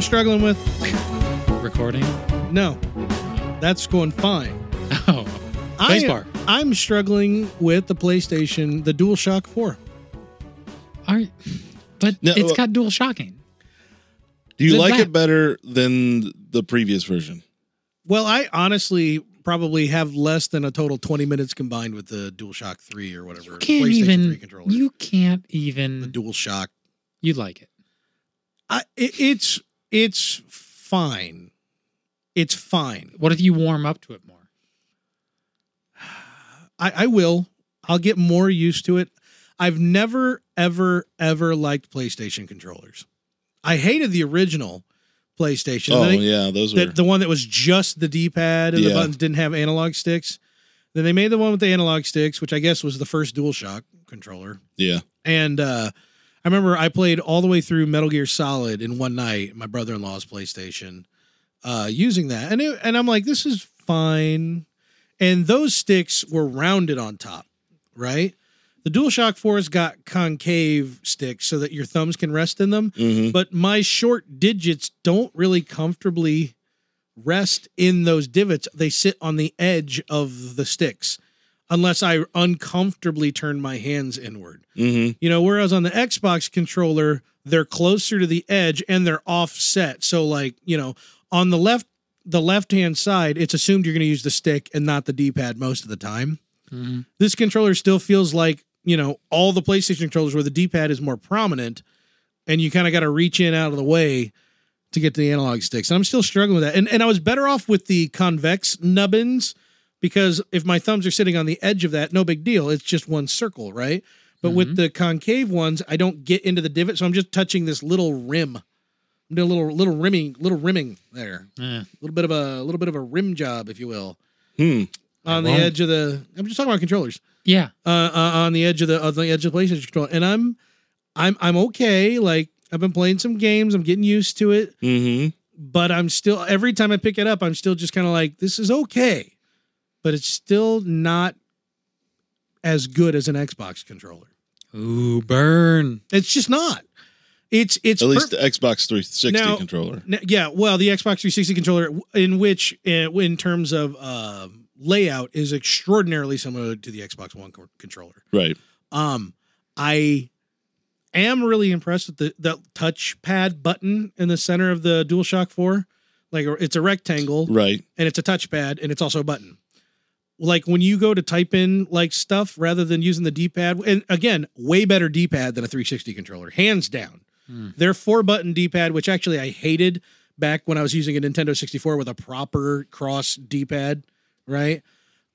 struggling with? Recording? No, that's going fine. Oh. I- Spacebar. I'm struggling with the PlayStation, the DualShock 4. Are, but No, it's uh, got dual shocking. Do you Then like that- it better than the previous version? Well, I honestly probably have less than a total 20 minutes combined with the DualShock 3 or whatever. You can't PlayStation even. 3 controller. You can't the even. DualShock. You like it. I, it, it's it's fine. It's fine. What if you warm up to it more? I, I will. I'll get more used to it. I've never, ever, ever liked PlayStation controllers. I hated the original PlayStation. Oh They- yeah, those the, are the one that was just the D-pad and the Yeah. buttons didn't have analog sticks. Then they made the one with the analog sticks, which I guess was the first DualShock controller. yeah. And uh, I remember I played all the way through Metal Gear Solid in one night. at My brother-in-law's PlayStation uh, using that, and it, and I'm like, this is fine. And those sticks were rounded on top, right? The DualShock 4's got concave sticks so that your thumbs can rest in them hmm but my short digits don't really comfortably rest in those divots. They sit on the edge of the sticks unless I uncomfortably turn my hands inward. hmm You know, whereas on the Xbox controller, they're closer to the edge and they're offset. So like, you know, on the left the left-hand side, it's assumed you're going to use the stick and not the D-pad most of the time Mhm. this controller still feels like you know all the PlayStation controllers where the D-pad is more prominent, and you kind of got to reach in out of the way to get to the analog sticks. And I'm still struggling with that. And and I was better off with the convex nubbins because if my thumbs are sitting on the edge of that, no big deal. It's just one circle, right? But with Mhm. the concave ones, I don't get into the divot, so I'm just touching this little rim. I'm doing a little little rimming, little rimming there. Eh, A little bit of a little bit of a rim job, if you will, Hmm. I on the won't. edge of the. I'm just talking about controllers yeah. uh, uh, on the edge of the on the edge of the PlayStation controller, and I'm I'm I'm okay. Like I've been playing some games, I'm getting used to it, hmm but I'm still every time I pick it up, I'm still just kind of like this is okay, but it's still not as good as an Xbox controller. Ooh, burn. It's just not. It's it's At least uh, per- the Xbox 360 Now- controller. N- yeah, well, the Xbox 360 controller, w- in which, uh, in terms of um layout, is extraordinarily similar to the Xbox One co- controller. Right. Um, I am really impressed with the the touch pad button in the center of the DualShock 4. Like it's a rectangle Right. and it's a touchpad and it's also a button. Like when you go to type in like stuff rather than using the D-pad, and again, way better D-pad than a 360 controller, hands down. Hmm. Their four-button D-pad, which actually I hated back when I was using a Nintendo 64 with a proper cross D-pad, right?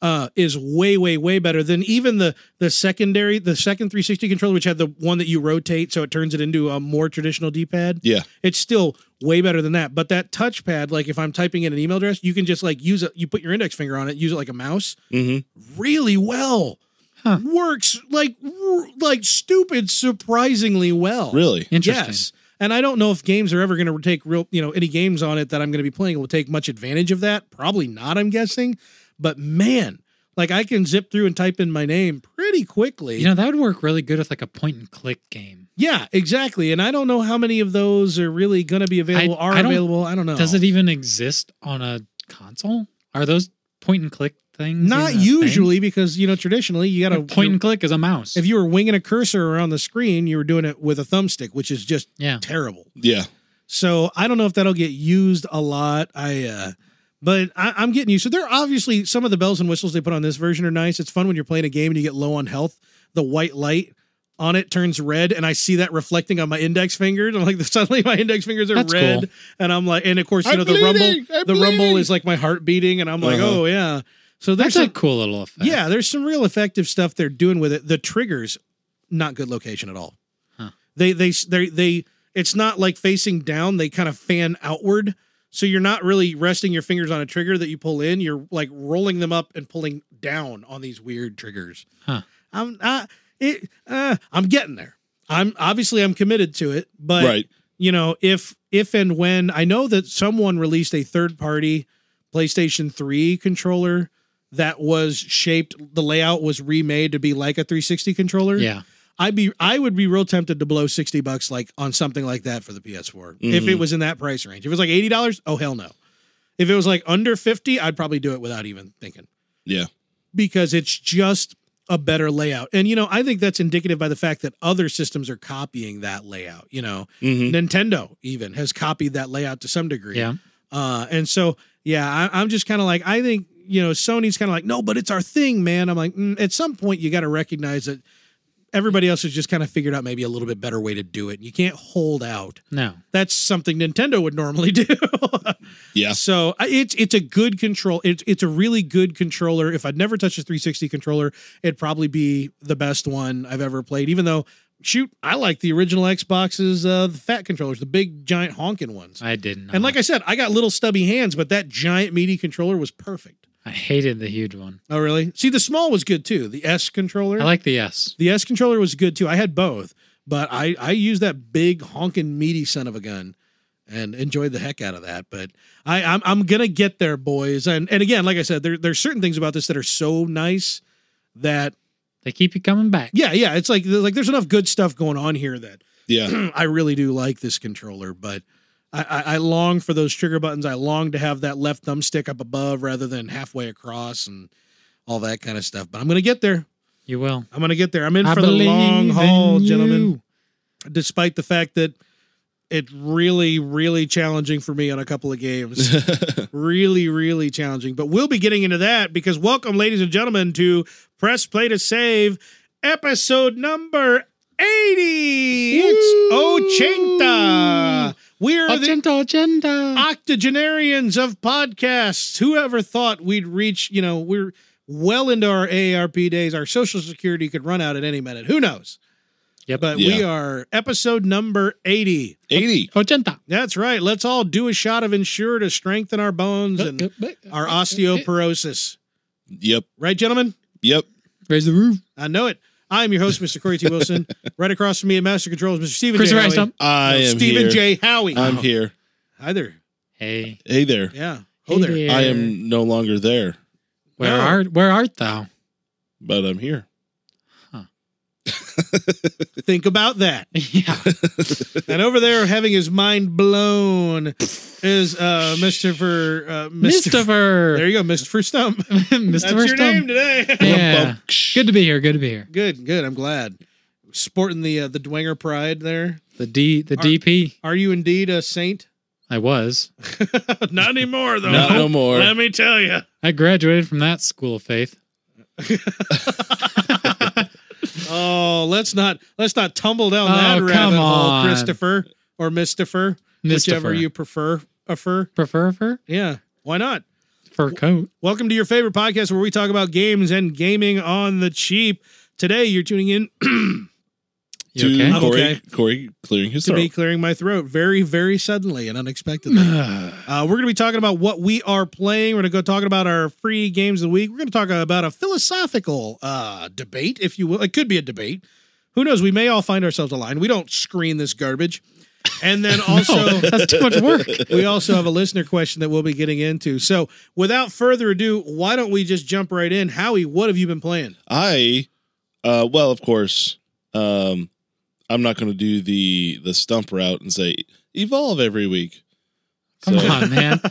Uh, is way, way, way better than even the the secondary, the second 360 controller, which had the one that you rotate so it turns it into a more traditional D-pad Yeah. it's still way better than that. But that touchpad, like if I'm typing in an email address, you can just like use it. You put your index finger on it, use it like a mouse, hmm really well. Huh. Works like r- like stupid, surprisingly well. Really. Interesting. Yes. And I don't know if games are ever going to take real, you know, any games on it that I'm going to be playing will take much advantage of that. Probably not, I'm guessing. But man, like I can zip through and type in my name pretty quickly. You know, that would work really good with like a point and click game. yeah, exactly. And I don't know how many of those are really going to be available, are I don't- available. I don't know. Does it even exist on a console? Are those point and click things? Not even a usually, because you know traditionally you got thing? A to point and click is a mouse. If you were winging a cursor around the screen, you were doing it with a thumbstick, which is just yeah. terrible. Yeah. So I don't know if that'll get used a lot. I, uh but I, I'm getting used. So there are obviously some of the bells and whistles they put on this version are nice. It's fun when you're playing a game and you get low on health. The white light on it turns red, and I see that reflecting on my index fingers. I'm like, suddenly my index fingers are That's red, cool. and I'm like, and of course, you I'm know, the rumble, bleeding! I'm the rumble bleeding! is like my heart beating, and I'm like, Uh-huh. oh yeah. So there's That's some- a cool little effect. yeah, there's some real effective stuff they're doing with it. The triggers, not good location at all. Huh. They they they they. It's not like facing down. They kind of fan outward, so you're not really resting your fingers on a trigger that you pull in. You're like rolling them up and pulling down on these weird triggers. Huh. I'm I, it. Uh, I'm getting there. I'm obviously I'm committed to it, but Right. you know if if and when i know that someone released a third party playstation 3 controller that was shaped the layout was remade to be like a 360 controller Yeah. I'd be I would be real tempted to blow 60 bucks like on something like that for the PS4 if it Mhm. was in that price range. If it was like $80, oh hell no. If it was like under 50, I'd probably do it without even thinking. Yeah. Because it's just a better layout. And you know, I think that's indicative by the fact that other systems are copying that layout, you know. Mhm. Nintendo even has copied that layout to some degree. Yeah. Uh, and so, yeah, I, I'm just kind of like, I think, you know, Sony's kind of like, no, but it's our thing, man. I'm like, mm, at some point, you got to recognize that everybody else has just kind of figured out maybe a little bit better way to do it. You can't hold out. No. That's something Nintendo would normally do. Yeah. So I- it's it's a good control. It's it's a really good controller. If I'd never touched a 360 controller, it'd probably be the best one I've ever played. Even though, shoot, I like the original Xbox's uh, the fat controllers, the big giant honking ones. I didn't. And like I said, I got little stubby hands, but that giant meaty controller was perfect. I hated the huge one. Oh, really? See, the small was good too. The S controller, I like the S. the S controller was good too. I had both, but I I used that big honking meaty son of a gun, and enjoyed the heck out of that. But I I'm, I'm gonna get there, boys. And and again, like I said, there there's certain things about this that are so nice that They keep you coming back. yeah yeah it's like like there's enough good stuff going on here that Yeah. I really do like this controller, but I, I, I long for those trigger buttons. I long to have that left thumbstick up above rather than halfway across and all that kind of stuff. But I'm gonna get there. You will. I'm gonna get there. I'm in I for the long believe haul, in gentlemen. you. Despite the fact that it's really, really challenging for me on a couple of games. really, really challenging. But we'll be getting into that because welcome, ladies and gentlemen, to Press Play to Save, episode number 80. It's Woo! Ochenta. We're the Agenda, agenda. octogenarians of podcasts. Whoever thought we'd reach, you know, we're well into our AARP days. Our social security could run out at any minute. Who knows? Yep. But we are episode number 80. 80. Agenda. That's right. Let's all do a shot of Ensure to strengthen our bones and our osteoporosis. Yep. Right, gentlemen? Yep. Raise the roof. I know it. I am your host, Mr. Corey T. Wilson. right across from me at Master Controls, Mr. Stephen Chris J. Rice. Howie. I No, am Stephen here. J. Howie. I'm here. Hi there. Hey. Hey there. Yeah. Oh Hey there. there. I am no longer there, Where No. art? Where art thou? but I'm here. Think about that. yeah. And over there, having his mind blown, is uh, Mr. For uh, Mr. There Christopher. you go, Mr. For Stump. That's Mr. your name Stump. today. Yeah. Rumpum. Good to be here. Good to be here. good, good. I'm glad. Sporting the uh, the Dwanger pride there. The D. The Art- DP. Are you indeed a saint? I was. Not anymore, though. Not no more. Let me tell you. I graduated from that school of faith. Oh, let's not let's not tumble down Oh, that come rabbit hole, on. Christopher or Mistifer, whichever Christopher. you prefer. Prefer, prefer fur yeah. Why not? fur coat. Welcome to your favorite podcast where we talk about games and gaming on the cheap. Today, you're tuning in You To I'm okay? Corey, okay. Corey clearing his to throat. me clearing my throat very, very suddenly and unexpectedly. Uh, we're going to be talking about what we are playing. We're going to go talking about our free games of the week. We're going to talk about a philosophical uh, debate, if you will. It could be a debate. Who knows? We may all find ourselves aligned. We don't screen this garbage. And then also, oh, that's too much work. we also have a listener question that we'll be getting into. So, without further ado, why don't we just jump right in? Howie, what have you been playing? I, uh, well, of course, um, I'm not going to do the the stump route and say evolve every week. Come So, on, man. uh,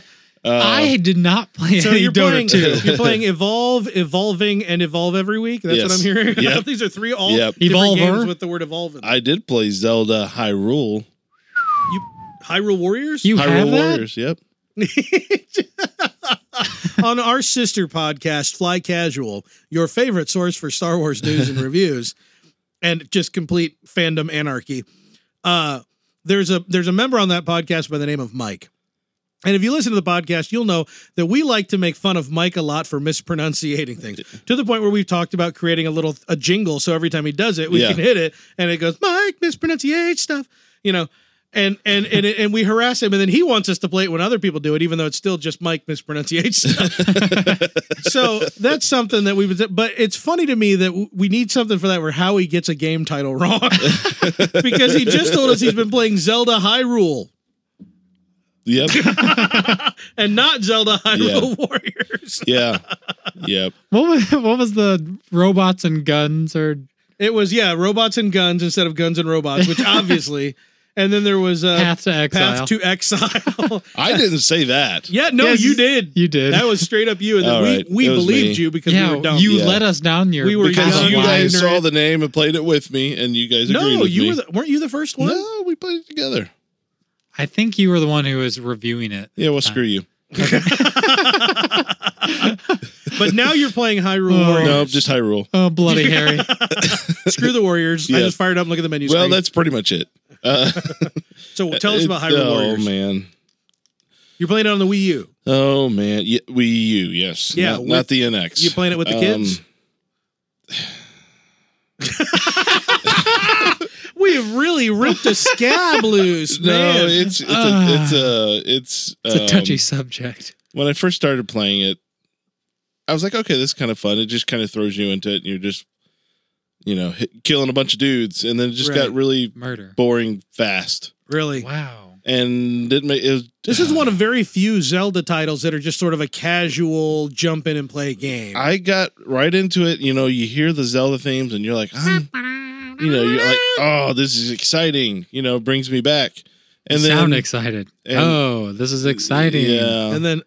I did not play So any you're playing, Dota 2. you're playing evolve, evolving, and evolve every week. That's what Yes. I'm hearing. Yep. These are three all Yep. different Evolver. games with the word evolve. In them. I did play Zelda Hyrule. Hyrule Warriors. You have Hyrule that? Warriors. Yep. on our sister podcast, Fly Casual, your favorite source for Star Wars news and reviews, and just complete fandom anarchy. Uh, there's a there's a member on that podcast by the name of Mike. And if you listen to the podcast, you'll know that we like to make fun of Mike a lot for mispronunciating things to the point where we've talked about creating a little a jingle so every time he does it, we Yeah. can hit it and it goes Mike mispronunciate stuff, you know. And and and and we harass him, and then he wants us to play it when other people do it, even though it's still just Mike mispronunciates stuff. so that's something that we've been. But it's funny to me that w- we need something for that where Howie gets a game title wrong because he just told us he's been playing Zelda Hyrule Yep. and not Zelda Hyrule Warriors. yeah. Yep. What was, what was the robots and guns or It was yeah, robots and guns instead of guns and robots, which obviously. and then there was uh, Path to Exile. Path to Exile. I didn't say that. yeah, no, Yes, you did. you did. That was straight up you, and then All we, right, we it was believed me. you because yeah, we were dumb. you Yeah. let us down your. We were Because young. you Why guys ignorant- saw the name and played it with me, and you guys agreed no, with you me. were the, weren't you the first one? no, we played it together. I think you were the one who was reviewing it. Yeah, well, Ah. screw you. but now you're playing Hyrule Oh, Warriors. No, just Hyrule. Oh, bloody Harry! Screw the Warriors. I Yeah. just fired up. and Look at the menu Well, screen. that's pretty much it. Uh, so tell us about it- Hyrule oh, Warriors. man. You're playing it on the Wii U. Oh man, yeah, Wii U, yes, Yeah, not, with- not the NX. You playing it with the Um, kids? We have really ripped a scab loose, man. No, it's it's Ah. a, it's a it's It's a touchy um, subject. When I first started playing it, I was like, okay, this is kind of fun. It just kind of throws you into it, and you're just, you know, hit, killing a bunch of dudes, and then it just got Right. really Murder. boring fast, really. Wow. and didn't make it. Was, This is one of very few Zelda titles that are just sort of a casual jump in and play game. I got right into it. You know, you hear the Zelda themes, and you're like, I'm, you know, you're like, oh, this is exciting. You know, brings me back. And then sound excited. and- oh, this is exciting. Yeah, and then,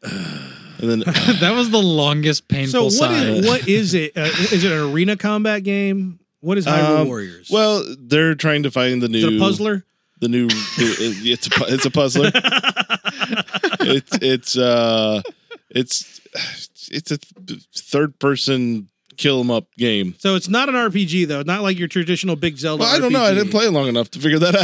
and then that was the longest so painful what? sigh. Is, what is it? Uh, is it an arena combat game? What is Hyrule Um, Warriors? well, they're trying to find the is it new a puzzler? The new it's a pu- it's a puzzler. it's it's uh it's it's a th- third person kill 'em up game. So it's not an RPG though. Not like your traditional big Zelda. Well, I don't know. I RPG. didn't play it long enough to figure that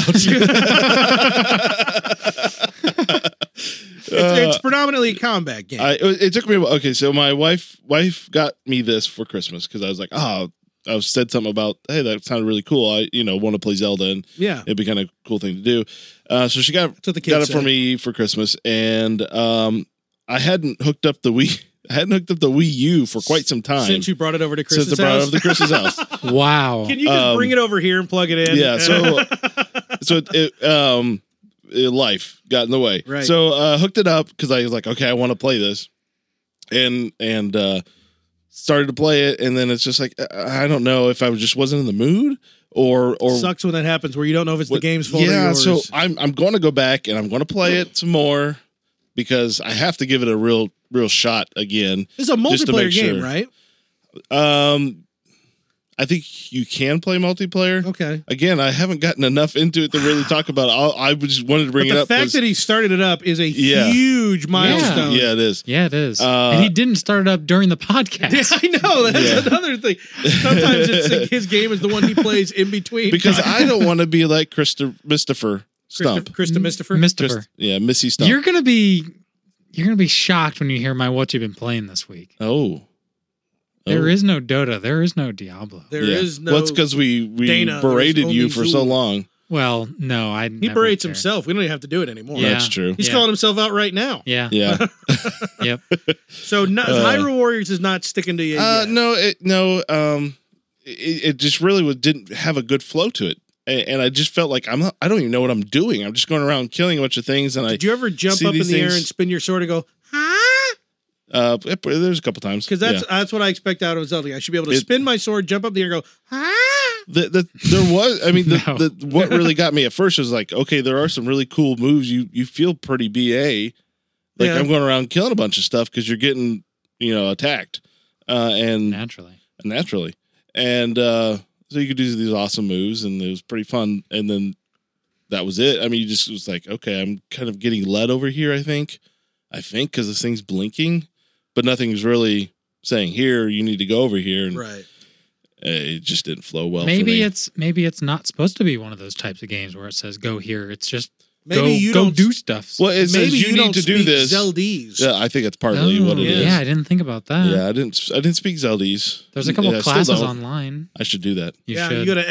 out. It's, it's Uh, predominantly a combat game. I, it it took me a while. Okay, so my wife wife got me this for Christmas because I was like, oh, I said something about, hey, that sounded really cool. I you know want to play Zelda and yeah, it'd be kind of cool thing to do. Uh, so she got that's what the kids got it for said. me for Christmas, and um, I hadn't hooked up the Wii. I hadn't hooked up the Wii U for quite some time since you brought it over to since Chris's I brought it house. up to Chris's house. wow. Can you just Um, bring it over here and uh, plug it in? yeah, so- so it, it, um, it- life got in the way. Right. So uh, hooked it up because I was like, okay, I want to play this, and and uh, started to play it, and then it's just like I I don't know if I just wasn't in the mood or or sucks when that happens where you don't know if it's What- the game's fault. Yeah, or yours. so I'm I'm going to go back and I'm going to play it some more because I have to give it a real real shot again. it's a just to multiplayer make game, sure. right? Um, I think you can play multiplayer. Okay. Again, I haven't gotten enough into it to really talk about. It. I I just wanted to bring but it the up. fact 'cause- that he started it up is a Yeah. huge milestone. yeah, it is. Yeah, it is. Uh, and he didn't start it up during the podcast. Yeah, I know. That's Yeah. another thing. Sometimes it's like his game is the one he plays in between. Because I don't want to be like Christo- Christopher Stump. Krista Mm-hmm. Christopher. Christopher. Christ- yeah, Missy Stump. You're gonna be you're gonna be shocked when you hear my what you've been playing this week. oh. There is no Dota. There is no Diablo. There is no. Well, it's because we we Dana, berated there's you only for so Zool. long. well, no, I he berates himself. We don't even have to do it anymore. Yeah. That's true. He's Yeah. calling himself out right now. Yeah. Yeah. Yep. So not, Uh, Hyrule Warriors is not sticking to you. Uh, yet. no, it, no. Um, it, it just really was, didn't have a good flow to it, and, and I just felt like I'm not, I don't even know what I'm doing. I'm just going around killing a bunch of things, and I Did you ever jump see up in the these air things- and spin your sword and go, huh? uh, it- there's a couple times Because that's Yeah. that's what I expect out of Zelda. I should be able to It- spin my sword, jump up in the air, and go, huh? the, the, there was. I mean, the, No. the, what really got me at first was like, okay, there are some really cool moves. You you feel pretty ba. Like Yeah. I'm going around killing a bunch of stuff because you're getting you know attacked, uh, and Naturally. naturally. And uh, so you could do these awesome moves, and it was pretty fun. And then that was it. I mean, you just was like, okay, I'm kind of getting led over here. I think, I think, because this thing's blinking, but nothing's really saying here. You need to go over here, and uh, Right. it just didn't flow well. for maybe me. it's maybe it's not supposed to be one of those types of games where it says go here. It's just Maybe go, you go don't do stuff. well, it maybe says you, don't need to do speak this. Zeldese. Yeah, I think that's partly what Oh, it is. Yeah, I didn't think about that. Yeah, I didn't. I didn't speak Zeldis. There's a couple Yeah, I still classes don't. online. I should do that. You Yeah, should. you go to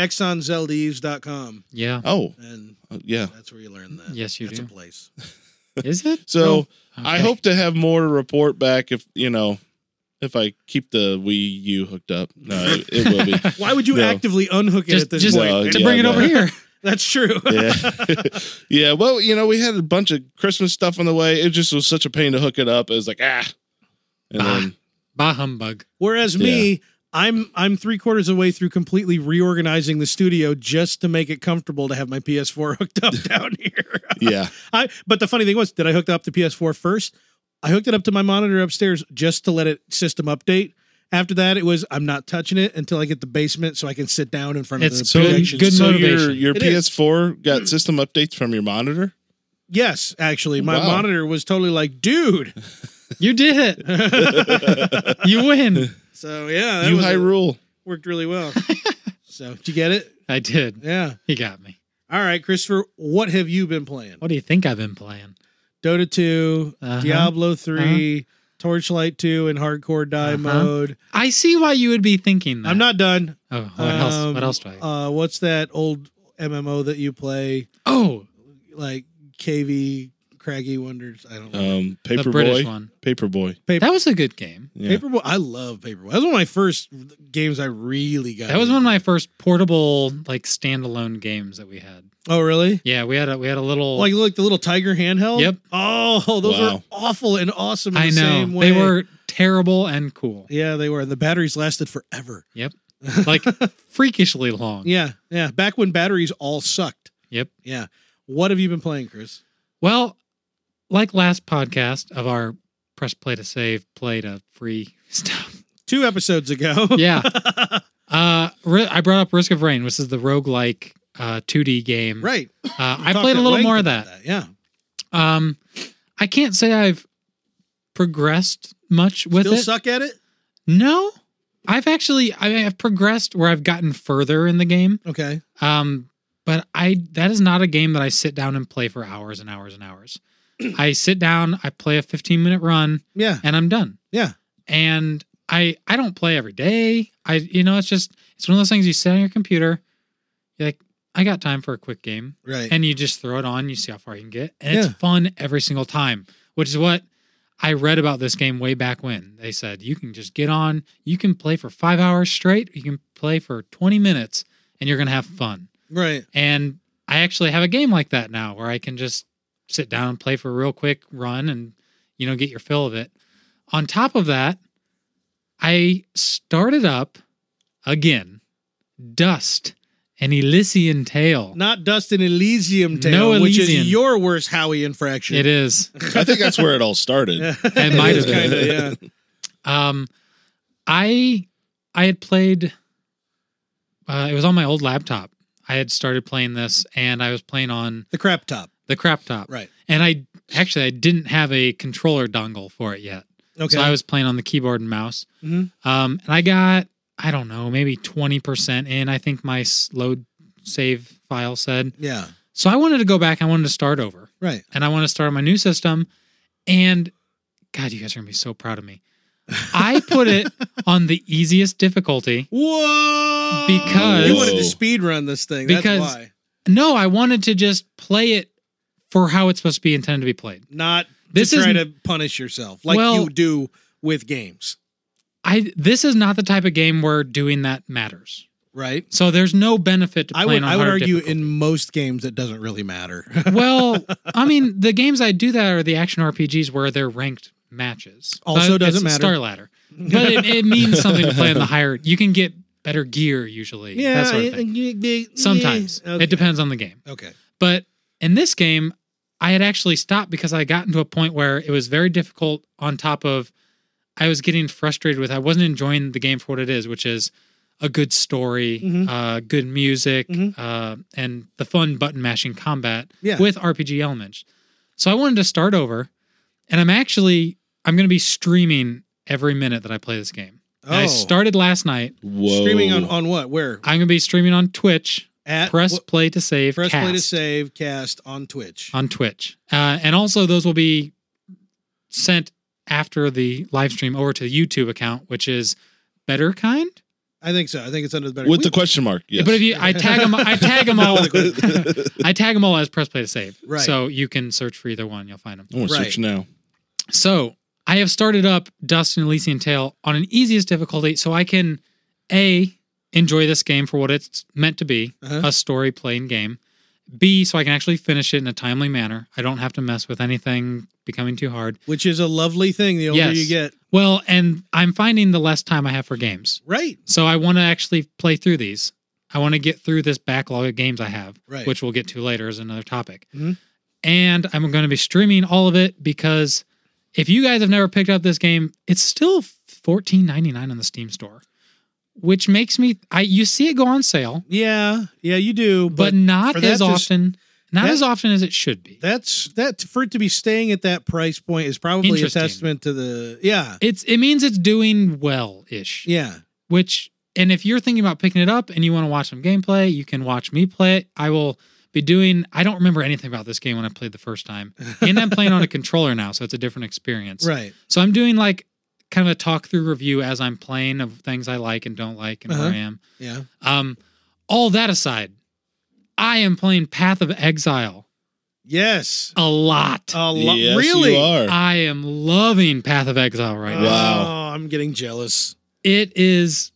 exonzeldes.com yeah. Oh, and yeah. that's where you learn that. Yes, you that's do. a place. Is it? So. Oh, I okay. hope to have more to report back if you know if I keep the Wii U hooked up. No, it, it will be. Why would you No. actively unhook it just, at this just point? No, to yeah, bring it no. over here. That's true. Yeah, yeah. Well, you know, we had a bunch of Christmas stuff on the way. It just was such a pain to hook it up. It was like ah, and Ah. then Bah humbug. Whereas me, I'm I'm three quarters of the way through completely reorganizing the studio just to make it comfortable to have my PS4 hooked up down here. Yeah. I but the funny thing was, did I hook up the PS4 first? I hooked it up to my monitor upstairs just to let it system update. After that, it was I'm not touching it until I get the basement so I can sit down in front of It's the So, projection. good so your motivation. your It is. PS4 got system updates from your monitor? yes, actually, my Wow. monitor was totally like, dude. You did it. You win. so yeah, that You was- Hyrule. worked really well. so did you get it? I did. Yeah. He got me. All right, Christopher. What have you been playing? What do you think I've been playing? Dota 2 Uh-huh. Diablo 3 Torchlight two, and Hardcore Die Uh-huh. mode. I see why you would be thinking that. I'm not done. Oh, what else? Um, What else do I? Uh, what's that old MMO that you play? oh, Like KV, Craggy Wonders. I don't know. Oh, Um the British Paperboy. one. Paperboy. That was a good game. Yeah. Paperboy. I love Paperboy. That was one of my first games I really got. That was one of into. my first portable, like standalone games that we had. Oh, really? Yeah, we had a we had a little. Like, look, the little tiger handheld? Yep. Oh, those were Wow. awful and awesome in I the know same way. they were terrible and cool, Yeah, they were. And the batteries lasted forever. Yep. like freakishly long. yeah, yeah. Back when batteries all sucked. Yep. Yeah. What have you been playing, Chris? Well, like last podcast of our press play to save, play to free stuff. Two episodes ago. Yeah. uh, ri I brought up Risk of Rain, which is the roguelike uh, 2D game. right. Uh, We I talked played a at little length more of about that. Yeah. Um, I can't say I've progressed much with Still it. suck at it? No, I've actually I have progressed where I've gotten further in the game. Okay. Um, but I that is not a game that I sit down and play for hours and hours and hours. I sit down, I play a 15 minute run, Yeah. and I'm done. Yeah. And I I don't play every day. I you know it's just it's one of those things you sit on your computer, you're like I got time for a quick game, Right. and you just throw it on, you see how far you can get, and Yeah. it's fun every single time. Which is what I read about this game way back when they said you can just get on, you can play for five hours straight, you can play for 20 minutes, and you're gonna have fun. right. And I actually have a game like that now where I can just sit down and play for a real quick run and, you know, get your fill of it. On top of that, I started up again Dust an Elysian Tale. Not Dustin Elysium Tale, No which Elysian. is your worst Howie infraction. It is. I think that's where it all started. it might is have been. kinda, yeah. Um, I I had played. Uh, it was on my old laptop. I had started playing this, and I was playing on The crap top. the crap top. Right. And I actually I didn't have a controller dongle for it yet. Okay. So I was playing on the keyboard and mouse. Mhm. Um, and I got, I don't know, maybe 20% in, I think my s- load save file said. yeah. So I wanted to go back. I wanted to start over Right. and I want to start on my new system. And God, you guys are going to be so proud of me. I put it on the easiest difficulty. Whoa! Because- you wanted to speed run this thing. Because- That's why. No, I wanted to just play it for how it's supposed to be intended to be played. Not This to is try to punish yourself like Well- you do with games, I this is not the type of game where doing that matters. right? So there's no benefit to I playing would on I would harder argue difficulty. in most games it doesn't really matter. well, I mean, the games I do that are the action RPGs where they're ranked matches. Also But doesn't it's matter. Star ladder, but it, it means something to play on the higher. You can get better gear usually. Yeah, that sort of thing. Sometimes Okay. it depends on the game. Okay. But in this game, I had actually stopped because I got into a point where it was very difficult. On top of, I was getting frustrated with. I wasn't enjoying the game for what it is, which is a good story, Mhm. uh, good music, Mhm. uh, and the fun button mashing combat Yeah. with RPG elements. So I wanted to start over, and I'm actually I'm going to be streaming every minute that I play this game. And I started last night. Whoa. Oh. Streaming on, on what? Where? I'm going to be streaming on Twitch. At Press what- play to save. press play to cast. save cast on Twitch. on Twitch. Uh, and also, those will be sent after the live stream over to the YouTube account, which is better kind. I think so. I think it's under the better with We- the question mark. Yes. But if you, I tag them, I tag them all. That was I tag them all as press play to save. Right. So you can search for either one. You'll find them. I want to Right. search now. So I have started up Dust and Elysian Tale on an easiest difficulty, so I can a enjoy this game for what it's meant to be—a Uh-huh. story playing game, B, so I can actually finish it in a timely manner. I don't have to mess with anything becoming too hard. which is a lovely thing the older Yes. you get. Well, and I'm finding the less time I have for games. Right. So I want to actually play through these. I want to get through this backlog of games I have, Right. which we'll get to later as another topic. Mhm. And I'm going to be streaming all of it because if you guys have never picked up this game, it's still $14.99 on the Steam store, which makes me I you see it go on sale, Yeah. Yeah, you do. but, But, not for that as to s- often, not that- as often as it should be. that's that for it to be staying at that price point is probably a Interesting. testament to the yeah. It's it means it's doing well ish. Yeah. which and if you're thinking about picking it up and you want to watch some gameplay, you can watch me play it. I will be doing I don't remember anything about this game when I played the first time. And I'm playing on a controller now, so it's a different experience. Right. So I'm doing like kind of a talk through review as I'm playing of things I like and don't like and where Uh-huh. I am. Yeah. Um all that aside, I am playing Path of Exile Yes. a lot. A lot. Yes, really? you are. I am loving Path of Exile right now. Wow. Oh, I'm getting jealous. It is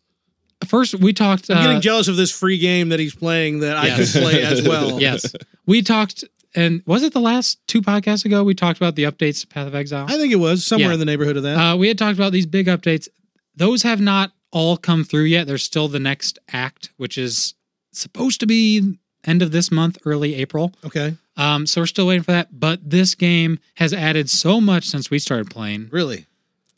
first we talked I'm uh, getting jealous of this free game that he's playing that I Yes. could play as well. yes. We talked, and was it the last two podcasts ago? We talked about the updates to Path of Exile. I think it was somewhere Yeah. in the neighborhood of that. Uh, we had talked about these big updates. Those have not all come through yet. There's still the next act, which is supposed to be end of this month, early April. okay. Um, so we're still waiting for that. But this game has added so much since we started playing, Really?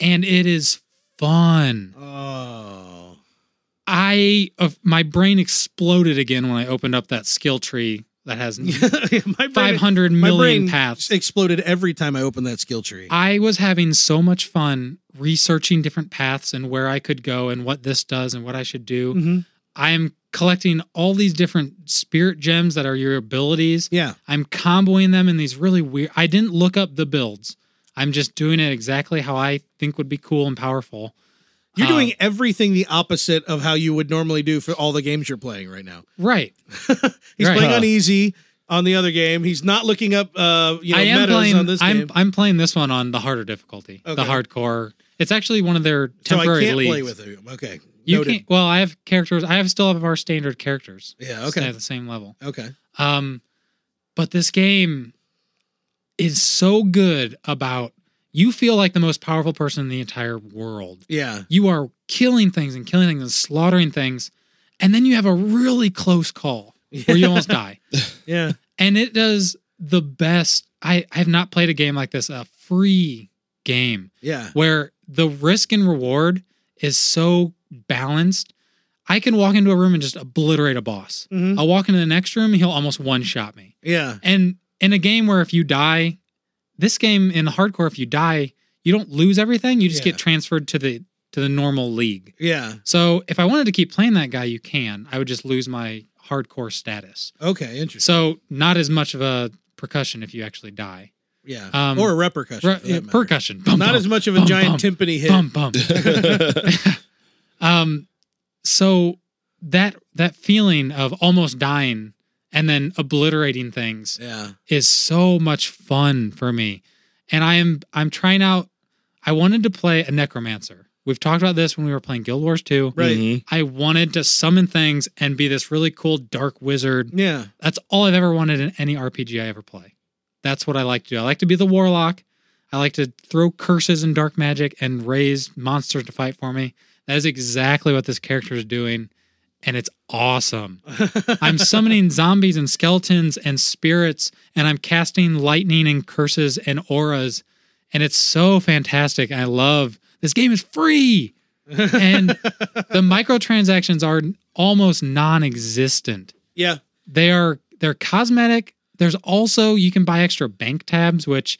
and it is fun. Oh. I uh, my brain exploded again when I opened up that skill tree that has mm-hmm. my brain, 500 my million brain paths. exploded every time I opened that skill tree. I was having so much fun researching different paths and where I could go and what this does and what I should do. Mhm. I am collecting all these different spirit gems that are your abilities. Yeah. I'm comboing them in these really weird. I didn't look up the builds. I'm just doing it exactly how I think would be cool and powerful. You're Um, doing everything the opposite of how you would normally do for all the games you're playing right now. right. He's Right. playing Huh. on easy on the other game. He's not looking up uh you know I am metas playing. on this I'm game. I'm playing this one on the harder difficulty, the Okay. hardcore. It's actually one of their So I temporary can't leagues. play with him. Okay. you Noted. can't. Well, I have characters. I have still have our standard characters. Yeah, stay okay. At the same level. Okay. Um, but this game is so good about you feel like the most powerful person in the entire world. Yeah. You are killing things and killing things and slaughtering things, and then you have a really close call where you almost die. yeah. And it does the best. I, I have not played a game like this, a free game Yeah. where the risk and reward is so balanced. I can walk into a room and just obliterate a boss. Mhm. I'll walk into the next room, he'll almost one shot me. Yeah. And in a game where if you die, this game in hardcore, if you die, you don't lose everything. You just Yeah. get transferred to the to the normal league. Yeah. So if I wanted to keep playing that guy, you can. I would just lose my hardcore status. Okay. Interesting. So not as much of a percussion if you actually die. Yeah. um, or a repercussion. Re- for that matter. percussion. Bum, Not bum, as much of a bum, giant timpani hit. bum, bum. um so that that feeling of almost dying and then obliterating things Yeah. is so much fun for me and i am i'm trying out i wanted to play a necromancer we've talked about this when we were playing guild wars 2 Right. Mhm. i wanted to summon things and be this really cool dark wizard Yeah. that's all i've ever wanted in any rpg i ever play that's what i like to do i like to be the warlock i like to throw curses and dark magic and raise monsters to fight for me that is exactly what this character is doing and it's awesome I'm summoning zombies and skeletons and spirits, and I'm casting lightning and curses and auras. And it's so fantastic. I love this game is free. And the microtransactions are almost non-existent. yeah. They are they're cosmetic. There's also you can buy extra bank tabs, which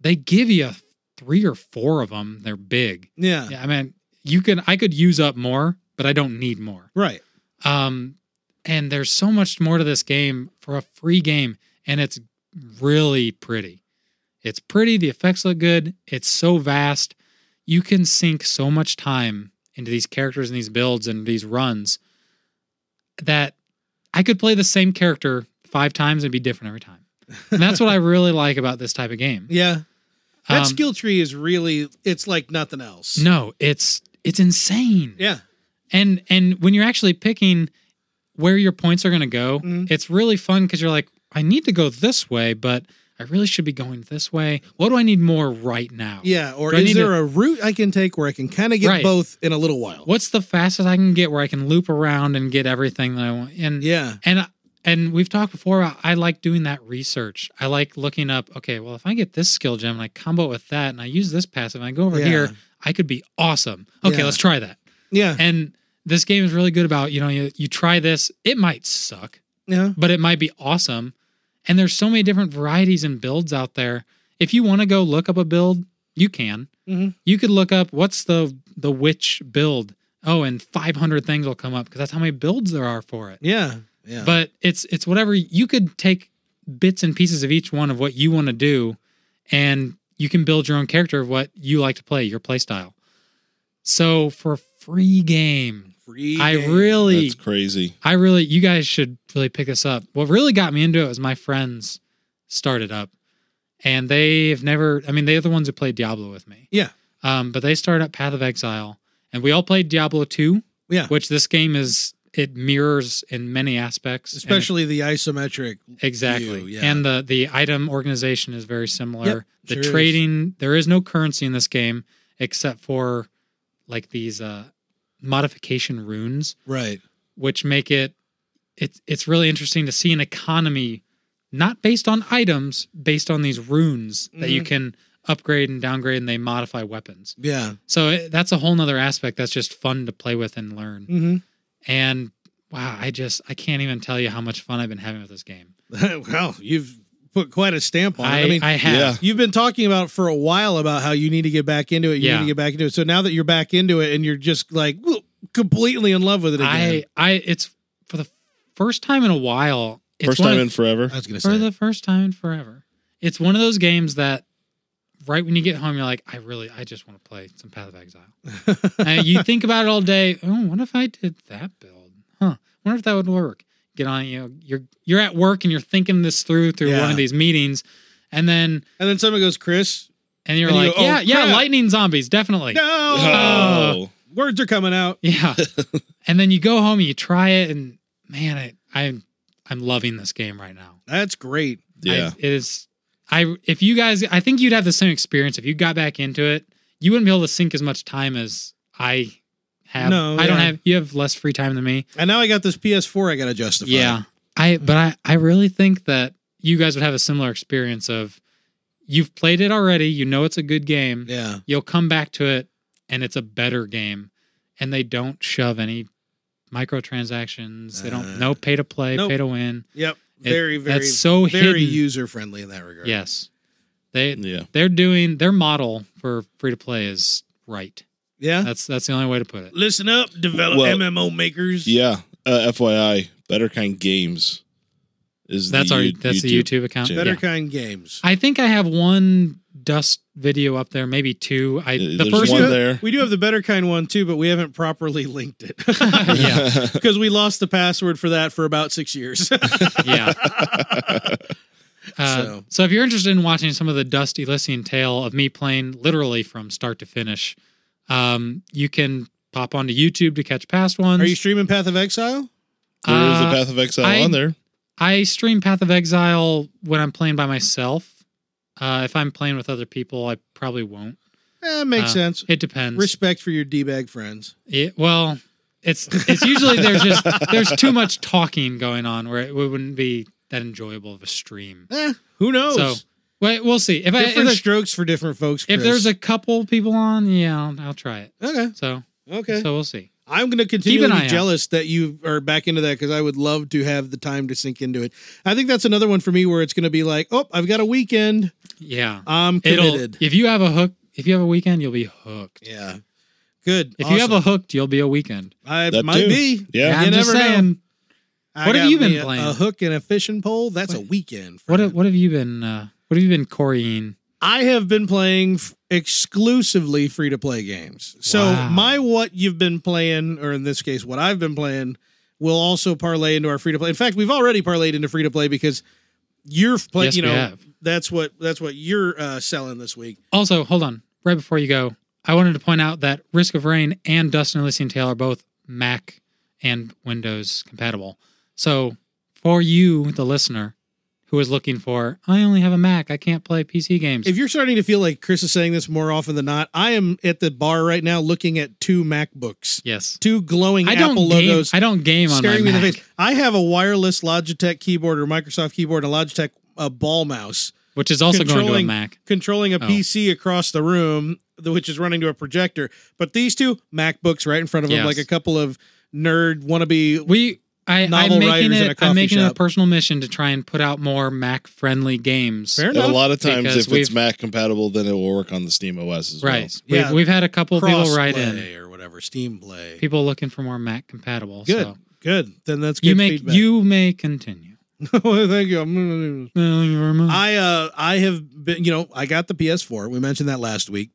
they give you three or four of them. They're big. Yeah. Yeah, I mean, you can I could use up more, but I don't need more. Right. Um, and there's so much more to this game for a free game, and it's really pretty. It's pretty. The effects look good. It's so vast. You can sink so much time into these characters and these builds and these runs that I could play the same character five times and be different every time. And that's what I really like about this type of game. Yeah. That Um, skill tree is really it's like nothing else. No, it's it's insane. Yeah. and and when you're actually picking where your points are going to go Mhm. it's really fun because you're like I need to go this way, but I really should be going this way. What do I need more right now? Yeah, or Do I is need there a to- route I can take where I can kind of get Right. both in a little while? What's the fastest I can get where I can loop around and get everything that I want? And Yeah, and uh, and we've talked before about I like doing that research. I like looking up, okay, well, if I get this skill gem and I combo it with that and I use this passive and I go over Yeah. here, I could be awesome. Okay, Yeah. let's try that. yeah, And this game is really good about, you know, you, you try this, it might suck, yeah. but it might be awesome. And there's so many different varieties and builds out there. If you want to go look up a build, you can. Mhm. You could look up what's the the witch build. Oh, and 500 things will come up because that's how many builds there are for it Yeah. Yeah. but it's it's whatever you could take bits and pieces of each one of what you want to do and you can build your own character of what you like to play your play style so for a free game Free i game. really That's crazy. i really you guys should really pick this up what really got me into it was my friends started up and they've never i mean they're the ones who played diablo with me Yeah. um, but they started up path of exile and we all played diablo 2 Yeah. which this game is it mirrors in many aspects and it's especially the isometric. Exactly. view, yeah. And the the item organization is very similar. Yep, the sure is. trading there is no currency in this game except for like these uh modification runes Right. which make it it's it's really interesting to see an economy not based on items based on these runes that Mm-hmm. you can upgrade and downgrade and they modify weapons. Yeah. So it, that's a whole nother aspect that's just fun to play with and learn. Mm-hmm. And wow, I just I can't even tell you how much fun I've been having with this game. wow, you've put quite a stamp on I, it. I mean, I have yeah. you've been talking about for a while about how you need to get back into it. You Yeah. need to get back into it. So now that you're back into it and you're just like woo, completely in love with it again. I, I, it's for the first time in a while. It's First one time of- in forever. I, was gonna for say. the first time in forever. It's one of those games that right when you get home, you're like, I really, I just want to play some Path of Exile. and you think about it all day. Oh, what if I did that build? Huh? Wonder if that would work. Get on, you know, you're you're at work and you're thinking this through through one Yeah. of these meetings, and then and then someone goes, Chris, and you're And you like, go, "Oh, yeah, yeah, crap." lightning zombies, definitely. no, Oh. words are coming out. Yeah. and then you go home and you try it, and man, I, I I'm loving this game right now. That's great. yeah. I, it is. I if you guys, I think you'd have the same experience if you got back into it. You wouldn't be able to sink as much time as I have. No, I don't yeah. have. You have less free time than me. And now I got this PS4 I got to justify. Yeah. I but I I really think that you guys would have a similar experience of you've played it already. You know it's a good game. Yeah. You'll come back to it, and it's a better game. And they don't shove any microtransactions. They Uh, don't no pay to play, nope. pay to win. Yep. It- Very, very, That's so very hidden. user friendly in that regard. Yes. They yeah. they're doing their model for free to play is right. Yeah. That's that's the only way to put it. Listen up, develop Well, MMO makers. Yeah. Uh, FYI, Better Kind Games is That's the our you- that's the YouTube account. channel. Better Yeah. kind games. I think I have one dust video up there, maybe two. I Uh, the There's first one one- there. We do have the better kind one too, but we haven't properly linked it. Yeah. Because we lost the password for that for about six years. yeah. Uh, so. So. if you're interested in watching some of the dust Elysian tale of me playing literally from start to finish, um, you can pop onto YouTube to catch past ones. Are you streaming Path of Exile? there is the Uh, Path of Exile I- on there. I stream Path of Exile when I'm playing by myself. Uh, if I'm playing with other people, I probably won't. Eh, makes Uh, sense. It depends. Respect for your D bag friends. Yeah, well, it's it's usually there's just there's too much talking going on where it wouldn't be that enjoyable of a stream. Eh, who knows? So wait, we'll see. If I if, Different there's- strokes for different folks. if Chris. there's a couple people on, yeah, I'll, I'll try it. okay, So okay, so we'll see. I'm going to continue an to eye be out. jealous that you are back into that because I would love to have the time to sink into it. I think that's another one for me where it's going to be like, oh, I've got a weekend. Yeah, I'm it'll committed. if you have a hook if you have a weekend, you'll be hooked. yeah, good. If you have a hooked, you'll be a weekend. I That might too. be. Yeah. you I'm just never know. saying. I What have got you been me a- playing? A hook and a fishing pole. That's a Wait. weekend. What friend. have, what have you been uh, what have you been quarrying? I have been playing f- exclusively free to play games. So Wow. my what you've been playing, or in this case, what I've been playing, will also parlay into our free to play. In fact, we've already parlayed into free to play because you're playing. yes, you we know, have. that's what that's what you're uh, selling this week. Also, hold on. Right before you go, I wanted to point out that Risk of Rain and Dust and Elysian Tale are both Mac and Windows compatible. So for you, the listener, who was looking for, I only have a Mac. I can't play PC games. If you're starting to feel like Chris is saying this more often than not, I am at the bar right now looking at two MacBooks, yes. two glowing I don't Apple game, logos I don't game on my staring me in Mac. the face. I have a wireless Logitech keyboard or Microsoft keyboard, and a Logitech uh, ball mouse, which is also going to a Controlling- Mac. controlling a Oh. PC across the room, th- which is running to a projector. But these two MacBooks right in front of them, Yes. like a couple of nerd wannabe. We I, Novel I'm making writers in a it. coffee I'm making it a shop. personal mission to try and put out more Mac-friendly games. Fair And a enough. lot of times, Because if it's we've- Mac compatible, then it will work on the Steam OS as well. Right. Yeah. We've, we've had a couple people crossplay write in. or whatever, Steam Play. People looking for more Mac compatible. Good. So Good. Then that's good you may feedback. you may continue. Well, Thank you. I'm- No, you were moved. I uh I have been you know I got the PS4. We mentioned that last week,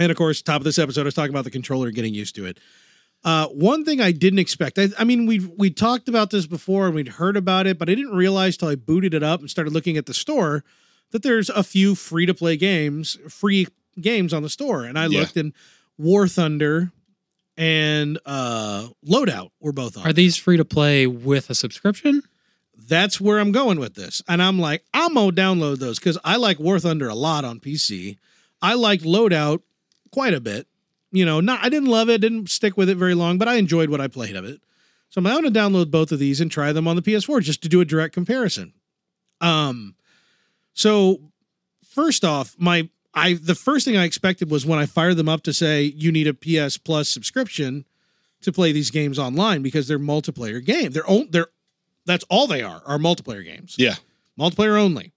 and of course, top of this episode, I was talking about the controller and getting used to it. Uh, one thing I didn't expect. I, I mean, we we talked about this before and we'd heard about it, but I didn't realize till I booted it up and started looking at the store that there's a few free to play games, free games on the store, and I Yeah. looked and War Thunder and uh Loadout were both on. Are these free to play with a subscription? that's where I'm going with this. And I'm like, I'm gonna download those because I like War Thunder a lot on PC. I liked Loadout quite a bit. You know, not I didn't love it, didn't stick with it very long, but I enjoyed what I played of it. So I'm going to download both of these and try them on the PS4 just to do a direct comparison. Um, so first off, my I the first thing I expected was when I fired them up to say you need a PS Plus subscription to play these games online because they're multiplayer game. They're on, they're that's all they are are multiplayer games. Yeah. multiplayer only.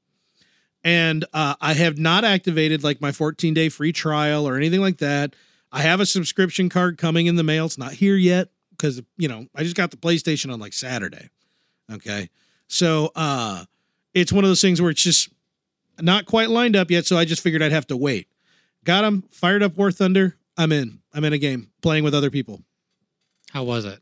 And uh, I have not activated like my 14 day free trial or anything like that. I have a subscription card coming in the mail. It's not here yet because you know I just got the PlayStation on like Saturday. Okay, so uh, it's one of those things where it's just not quite lined up yet. So I just figured I'd have to wait. Got him fired up. War Thunder. I'm in. I'm in a game playing with other people. How was it?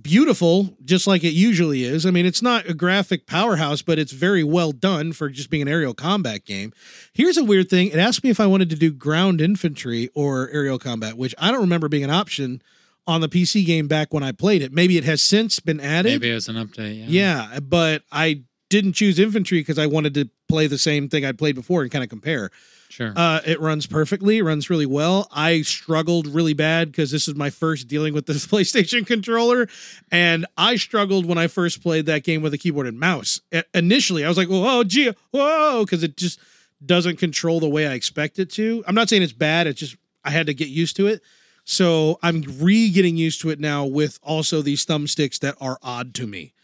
Beautiful, just like it usually is. I mean, it's not a graphic powerhouse, but it's very well done for just being an aerial combat game. Here's a weird thing. It asked me if I wanted to do ground infantry or aerial combat, which I don't remember being an option on the PC game back when I played it. Maybe it has since been added. Maybe it was an update. Yeah. Yeah, but I didn't choose infantry because I wanted to play the same thing I'd played before and kind of compare. Sure. Uh, it runs perfectly, it runs really well. I struggled really bad because this is my first dealing with this PlayStation controller, and I struggled when I first played that game with a keyboard and mouse. I- initially, I was like, "Whoa, gee, whoa," because it just doesn't control the way I expect it to. I'm not saying it's bad; it's just I had to get used to it. So I'm re getting used to it now with also these thumbsticks that are odd to me.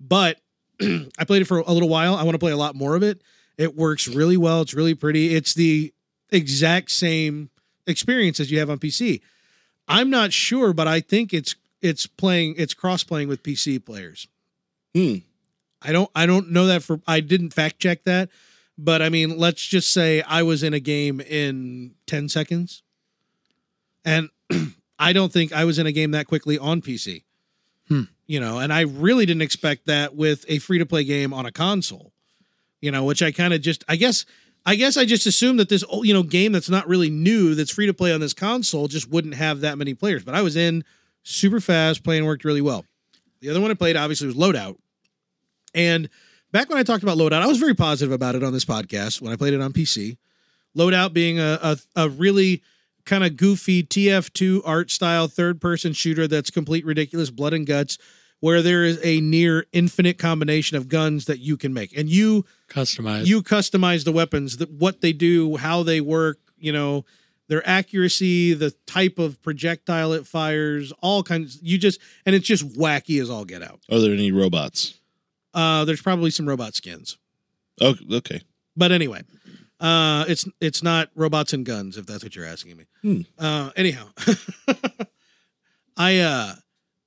But I played it for a little while. I want to play a lot more of it. It works really well. It's really pretty. It's the exact same experience as you have on PC. I'm not sure, but I think it's it's playing it's cross playing with PC players. Hmm. I don't I don't know that for I didn't fact check that, but I mean, let's just say I was in a game in 10 seconds. And I don't think I was in a game that quickly on PC. Hmm. You know, and I really didn't expect that with a free to play game on a console. You know, which I kind of just I guess I guess I just assumed that this old, you know, game that's not really new that's free to play on this console just wouldn't have that many players, but I was in super fast, playing worked really well. The other one I played obviously was Loadout. And back when I talked about Loadout, I was very positive about it on this podcast when I played it on PC. Loadout being a a, a really kind of goofy TF2 art style third person shooter that's complete ridiculous blood and guts, where there is a near infinite combination of guns that you can make, and you Customized. you customize the weapons, that what they do, how they work, you know, their accuracy, the type of projectile it fires, all kinds. You just and it's just wacky as all get out. Are there any robots? Uh, there's probably some robot skins, Oh, okay. but anyway, uh, it's it's not robots and guns if that's what you're asking me. Hmm. Uh, anyhow, I uh,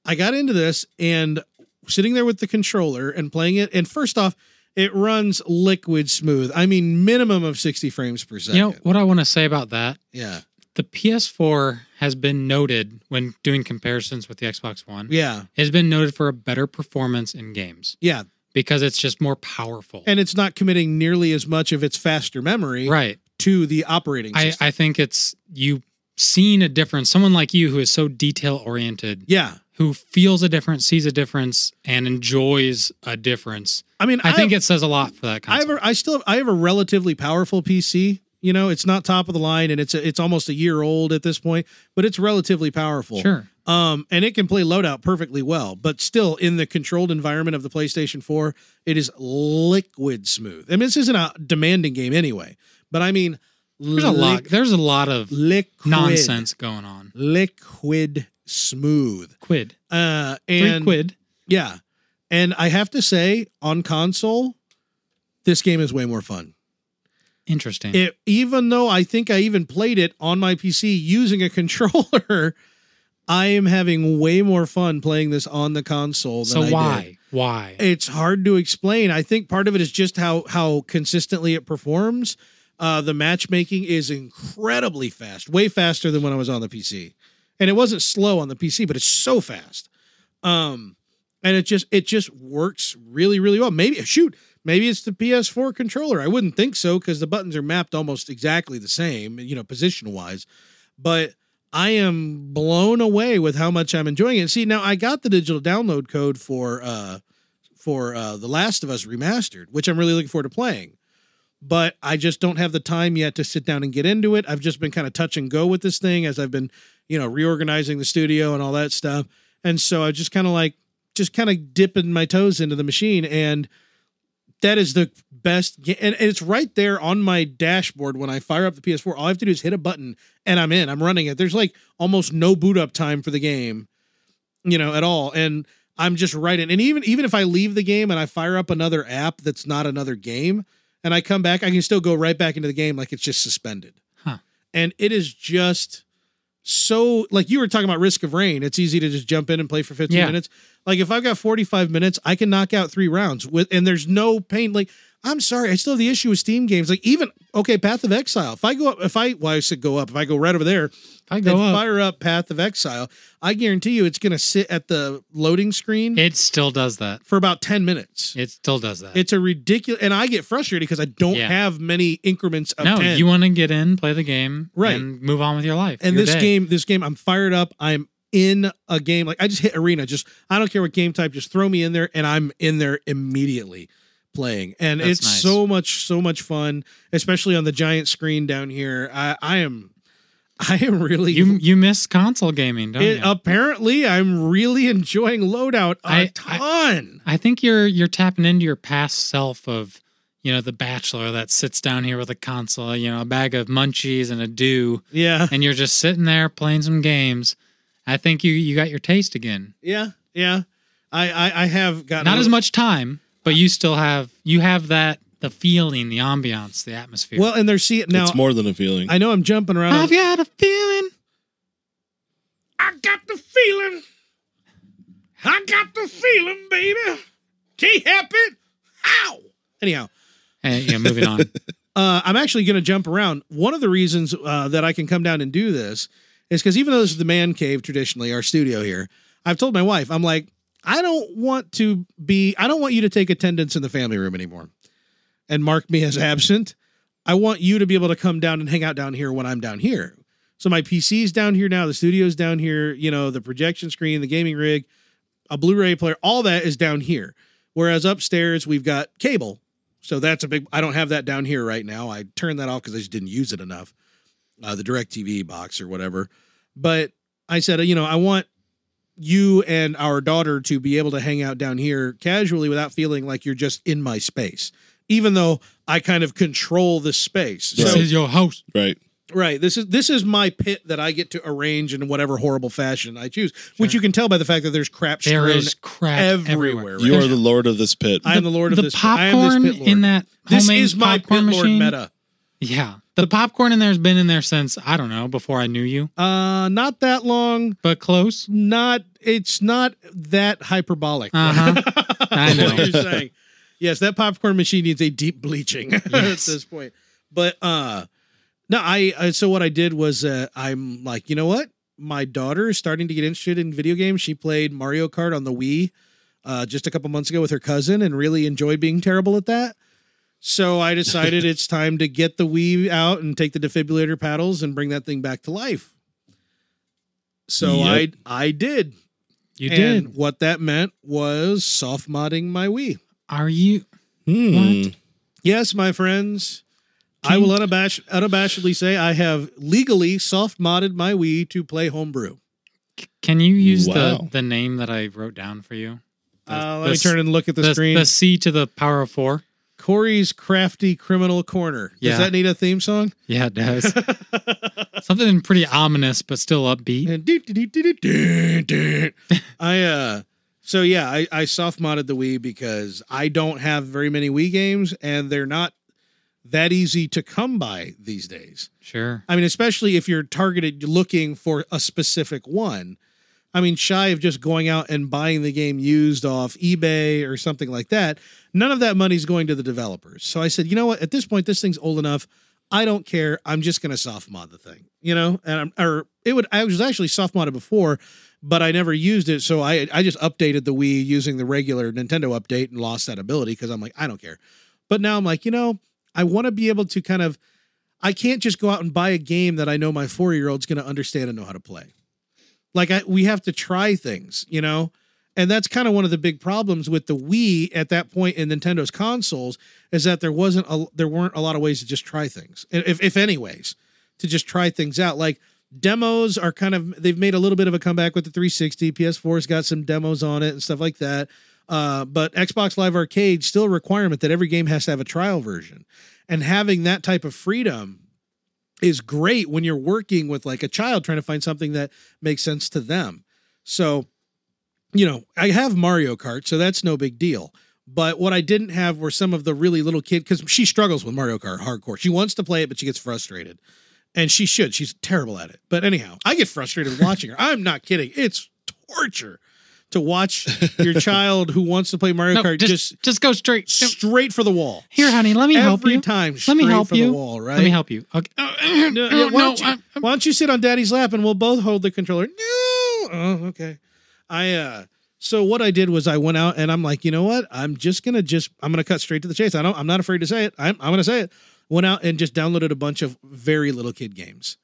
I got into this and sitting there with the controller and playing it. And first off, it runs liquid smooth. I mean, minimum of sixty frames per second. you know what I want to say about that? yeah, The PS4 has been noted when doing comparisons with the Xbox One. yeah, Has been noted for a better performance in games yeah. because it's just more powerful. And it's not committing nearly as much of its faster memory right. to the operating I, system. I think it's you seen a difference. Someone like you who is so detail oriented yeah, who feels a difference, sees a difference, and enjoys a difference. I mean, I, I, think have, it says a lot for that I have console. a, I still have, I have a relatively powerful PC. You know, it's not top of the line, and it's a, it's almost a year old at this point, but it's relatively powerful. sure. Um, and it can play loadout perfectly well, but still in the controlled environment of the PlayStation 4, it is liquid smooth. I mean, this isn't a demanding game anyway, but I mean, There's a lot. There's a lot of liquid nonsense going on. liquid smooth. Quid. Uh, Three and quid. yeah, and I have to say, on console, this game is way more fun. Interesting. It, even though I think I even played it on my PC using a controller, I am having way more fun playing this on the console. Than so I did. why? Why? It's hard to explain. I think part of it is just how how consistently it performs. Uh, the matchmaking is incredibly fast, way faster than when I was on the PC, and it wasn't slow on the PC, but it's so fast. Um, and it just it just works really really well. Maybe shoot, maybe it's the PS4 controller. I wouldn't think so because the buttons are mapped almost exactly the same, you know, position wise. But I am blown away with how much I'm enjoying it. See, now I got the digital download code for uh for uh The Last of Us Remastered, which I'm really looking forward to playing. But I just don't have the time yet to sit down and get into it. I've just been kind of touch and go with this thing as I've been, you know, reorganizing the studio and all that stuff. And so I just kind of like just kind of dipping my toes into the machine and that is the best ga- and and it's right there on my dashboard when i fire up the ps4 all i have to do is hit a button and i'm in i'm running it there's like almost no boot up time for the game you know at all and i'm just right in and even even if i leave the game and i fire up another app that's not another game and i come back i can still go right back into the game like it's just suspended Huh. and it is just so like you were talking about risk of rain it's easy to just jump in and play for 15 Yeah. minutes like if I've got 45 minutes, I can knock out three rounds with and there's no pain. Like, I'm sorry, I still have the issue with Steam games. Like even okay, Path of Exile. If I go up, if I well, I said go up, if I go right over there If I and go up, fire up Path of Exile, I guarantee you it's gonna sit at the loading screen it still does that. for about 10 minutes. It still does that. It's a ridiculous and I get frustrated because I don't Yeah. have many increments of no, 10. you want to get in, play the game, Right. and move on with your life. and your this day. game, this game, I'm fired up. I'm in a game. Like I just hit arena. Just I don't care what game type. Just throw me in there, and I'm in there immediately playing. And That's it's nice. so much, so much fun, especially on the giant screen down here. I, I am, I am really. you you miss console gaming, don't it- you? Apparently, I'm really enjoying loadout a I- I- ton. I think you're you're tapping into your past self of you know the bachelor that sits down here with a console, you know, a bag of munchies and a dew, yeah, and you're just sitting there playing some games. I think you you got your taste again. yeah, yeah. I, I, I have gotten Not a- as much time, but you still have you have that the feeling, the ambiance, the atmosphere. Well, um, and they're seeing now. it's more than a feeling. I know I'm jumping around. I've got a feeling. I got the feeling. I got the feeling, baby. Can't help it. Ow. Anyhow, Hey, yeah, moving on. uh, I'm actually going to jump around. One of the reasons uh, that I can come down and do this is because even though this is the man cave traditionally, our studio here, I've told my wife, I'm like, I don't want to be, I don't want you to take attendance in the family room anymore and mark me as absent. I want you to be able to come down and hang out down here when I'm down here. So my PC's down here now, the studio's down here, you know, the projection screen, the gaming rig, a Blu-ray player, all that is down here. Whereas upstairs we've got cable. So that's a big I don't have that down here right now. I turned that off because I just didn't use it enough. Uh the direct TV box or whatever. But I said, you know, I want you and our daughter to be able to hang out down here casually without feeling like you're just in my space. Even though I kind of control this space. Right. This So is your house. right. Right. This is this is my pit that I get to arrange in whatever horrible fashion I choose, which Sure. you can tell by the fact that there's crap There strewn is crap everywhere. everywhere. right You are now. the lord of this pit. I am the lord of the this. I am this popcorn pit lord. in that This homemade is my pit popcorn lord machine. meta. Yeah, the popcorn in there's been in there since I don't know before I knew you, Uh, not that long. but close. Not. It's not that hyperbolic. Uh-huh. I Is what know. you're saying. Yes, that popcorn machine needs a deep bleaching Yes. at this point. But uh no, I, I so what I did was uh I'm like, you know what? My daughter is starting to get interested in video games. She played Mario Kart on the Wii uh just a couple months ago with her cousin and really enjoyed being terrible at that. So I decided it's time to get the Wii out and take the defibrillator paddles and bring that thing back to life. So Yep. I I did. You and did. what that meant was soft modding my Wii. Are you? Hmm. Yes, my friends, I King- will unabash- unabashedly say I have legally soft modded my Wii to play homebrew. Can you use Wow. the the name that I wrote down for you? The- Uh, the let me s- turn and look at the, screen. The C to the power of four. Corey's Crafty Criminal Corner. Does Yeah. that need a theme song? Yeah, it does. Something pretty ominous, but still upbeat. And do, do, do, do, do, do, do. I uh so yeah, I, I soft modded the Wii because I don't have very many Wii games and they're not that easy to come by these days. Sure. I mean, especially if you're targeted looking for a specific one. I mean, shy of just going out and buying the game used off eBay or something like that, none of that money's going to the developers. So I said, you know what? At this point, this thing's old enough. I don't care. I'm just going to soft mod the thing, you know? And I'm, or it would, I was actually soft modded before, but I never used it. So I, I just updated the Wii using the regular Nintendo update and lost that ability because I'm like, I don't care. But now I'm like, you know, I want to be able to kind of, I can't just go out and buy a game that I know my four year old's going to understand and know how to play. Like I, we have to try things, you know, and that's kind of one of the big problems with the Wii at that point in Nintendo's consoles is that there wasn't a, there weren't a lot of ways to just try things, if if any ways, to just try things out. Like demos are kind of they've made a little bit of a comeback with the 360. PS4's got some demos on it and stuff like that. Uh, but Xbox Live Arcade still a requirement that every game has to have a trial version and having that type of freedom is great when you're working with like a child trying to find something that makes sense to them. So, you know, I have Mario Kart, so that's no big deal. But what I didn't have were some of the really little kid because she struggles with Mario Kart hardcore. She wants to play it, but she gets frustrated. And she should. She's terrible at it. But anyhow, I get frustrated watching her. I'm not kidding. It's torture to watch your child who wants to play Mario No, Kart just, just, just go straight. No. straight for the wall. Here, honey, let me help Every you. time, Let me straight help for you. The wall, right? Let me help you. Okay. No, No, yeah, why, don't no, you, I'm- I'm- why don't you sit on daddy's lap and we'll both hold the controller? No. Oh, okay. I uh so what I did was I went out and I'm like, you know what? I'm just gonna just I'm gonna cut straight to the chase. I don't I'm not afraid to say it. I'm I'm gonna say it. Went out and just downloaded a bunch of very little kid games.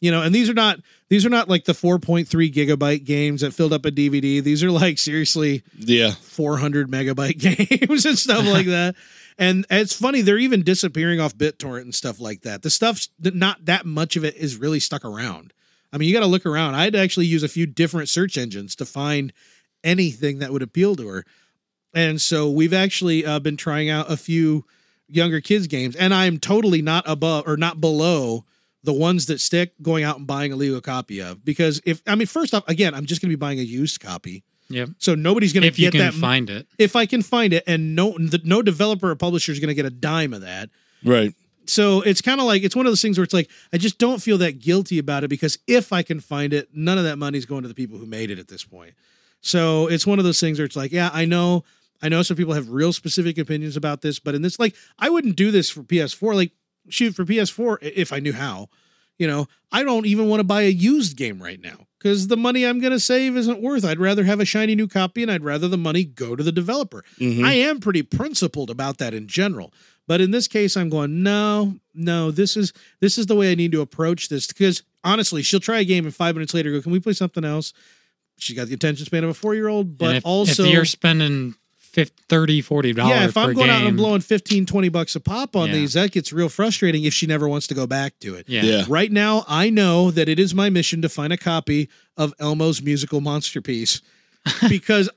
You know, and these are not these are not like the 4.3 gigabyte games that filled up a DVD. These are like seriously Yeah. 400 megabyte games and stuff like that. And it's funny, they're even disappearing off BitTorrent and stuff like that. The stuff's th- not that much of it is really stuck around. I mean, you got to look around. I'd actually use a few different search engines to find anything that would appeal to her. And so we've actually uh, been trying out a few younger kids games and I'm totally not above or not below the ones that stick going out and buying a legal copy of because if I mean first off again I'm just going to be buying a used copy. Yep. So nobody's going to If get you can that find it. if I can find it, and no the, no developer or publisher is going to get a dime of that. Right. So it's kind of like it's one of those things where it's like I just don't feel that guilty about it because if I can find it, none of that money's going to the people who made it at this point. So it's one of those things where it's like, yeah, I know, I know some people have real specific opinions about this, but in this, like, I wouldn't do this for PS4. Like, shoot for PS4 i- if I knew how. You know, I don't even want to buy a used game right now because the money I'm going to save isn't worth. I'd rather have a shiny new copy, and I'd rather the money go to the developer. Hmm? Mhm. I am pretty principled about that in general. But in this case, I'm going, no, no, this is this is the way I need to approach this. Because honestly, she'll try a game and five minutes later go, Can we play something else? She's got the attention span of a four year old, And but if, also if you're spending 50, 30, 40 dollars yeah, if per I'm going out game, and blowing 15, 20 bucks a pop on Yeah. these, that gets real frustrating if she never wants to go back to it. yeah. Yeah. Right now, I know that it is my mission to find a copy of Elmo's musical masterpiece because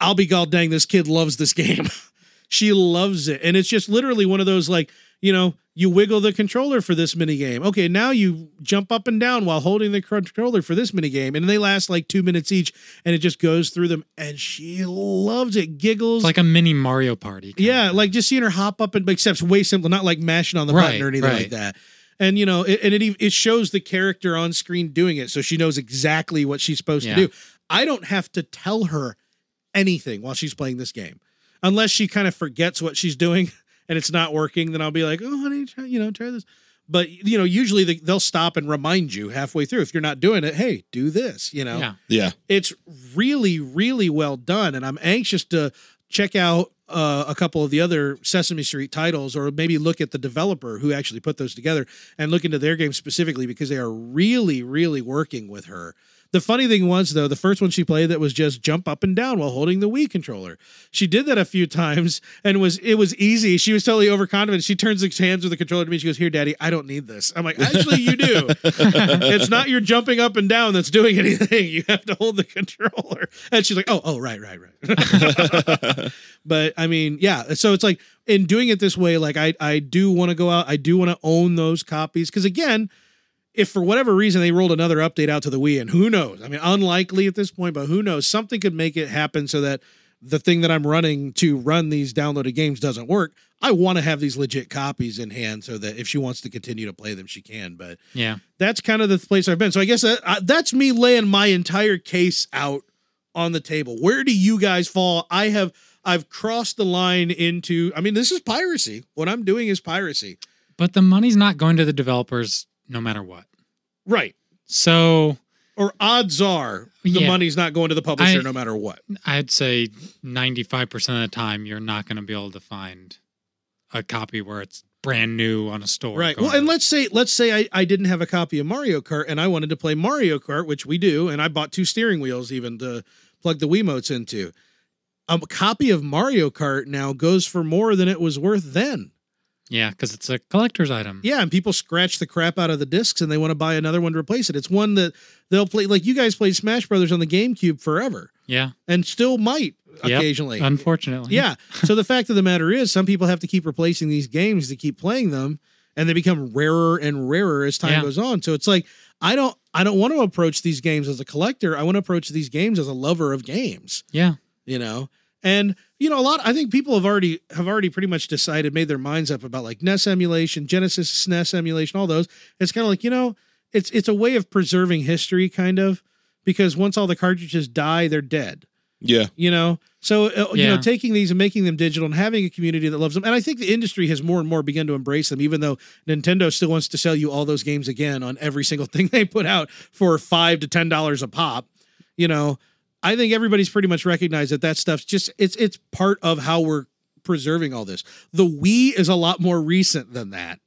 I'll be god dang, this kid loves this game. she loves it. And it's just literally one of those like, you know, you wiggle the controller for this mini game. Okay, now you jump up and down while holding the controller for this mini game. And they last like two minutes each and it just goes through them. And she loves it, giggles. It's like a mini Mario Party. kind Yeah, of like just seeing her hop up and except it's way simple, not like mashing on the button Right, or anything like right. that. And you know, it, and it ev- it shows the character on screen doing it, so she knows exactly what she's supposed Yeah. to do. I don't have to tell her anything while she's playing this game, unless she kind of forgets what she's doing and it's not working. Then I'll be like, "Oh, honey, try, you know, try this." But you know, usually they, they'll stop and remind you halfway through if you're not doing it. Hey, do this. You know, Yeah. Yeah. it's really really well done and i'm anxious to check out uh, a couple of the other sesame street titles or maybe look at the developer who actually put those together and look into their game specifically because they are really really working with her The funny thing was though, the first one she played that was just jump up and down while holding the Wii controller. She did that a few times and was it was easy. She was totally overconfident. She turns the hands with the controller to me. She goes, "Here, Daddy, I don't need this." I'm like, "Actually, you do. it's not your jumping up and down that's doing anything. You have to hold the controller." And she's like, "Oh, oh, right, right, right." but I mean, yeah. So it's like in doing it this way, like I I do want to go out. I do want to own those copies because again, if for whatever reason they rolled another update out to the Wii, and who knows? I mean, unlikely at this point, but who knows? Something could make it happen so that the thing that I'm running to run these downloaded games doesn't work. I want to have these legit copies in hand so that if she wants to continue to play them, she can. But Yeah. that's kind of the place I've been. So I guess that, uh, that's me laying my entire case out on the table. Where do you guys fall? I have I've crossed the line into. I mean, this is piracy. What I'm doing is piracy. But the money's not going to the developers no matter what. Right. So Or odds are the Yeah. money's not going to the publisher I- no matter what. I'd say 95% of the time, you're not going to be able to find a copy where it's brand new on a store. Right. going Well, and up. let's say let's say I, I didn't have a copy of Mario Kart and I wanted to play Mario Kart, which we do, and I bought two steering wheels even to plug the Wiimotes into. A copy of Mario Kart now goes for more than it was worth then. Yeah, because it's a collector's item. Yeah, and people scratch the crap out of the discs and they want to buy another one to replace it. It's one that they'll play like you guys played Smash Brothers on the GameCube forever Yeah, and still might Yep. occasionally. unfortunately. Yeah. So the fact of the matter is, some people have to keep replacing these games to keep playing them, and they become rarer and rarer as time Yeah. goes on. So it's like I don't I don't want to approach these games as a collector. I want to approach these games as a lover of games. Yeah. You know. And you know a lot. I think people have already have already pretty much decided, made their minds up about like NES emulation, Genesis SNES emulation, all those. It's kind of like you know, it's it's a way of preserving history, kind of, because once all the cartridges die, they're dead Yeah. you know so uh, you know Yeah. taking these and making them digital and having a community that loves them and i think the industry has more and more begun to embrace them even though nintendo still wants to sell you all those games again on every single thing they put out for five to ten dollars a pop you know i think everybody's pretty much recognized that that stuff's just it's it's part of how we're preserving all this the wii is a lot more recent than that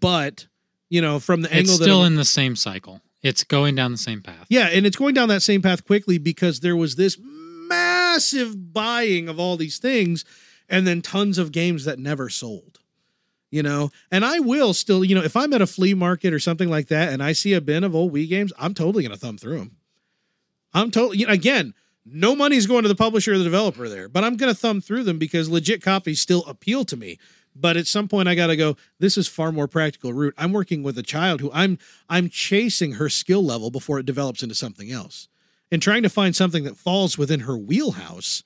but you know from the It's angle that still I'm- in the same cycle, it's going down the same path. yeah, and it's going down that same path quickly because there was this massive buying of all these things and then tons of games that never sold. You know, and I will still, you know, if I'm at a flea market or something like that and I see a bin of old Wii games, I'm totally going to thumb through them. I'm totally, you know, again, no money's going to the publisher or the developer there, but I'm going to thumb through them because legit copies still appeal to me. But at some point, I got to go. This is far more practical route. I'm working with a child who I'm I'm chasing her skill level before it develops into something else, and trying to find something that falls within her wheelhouse.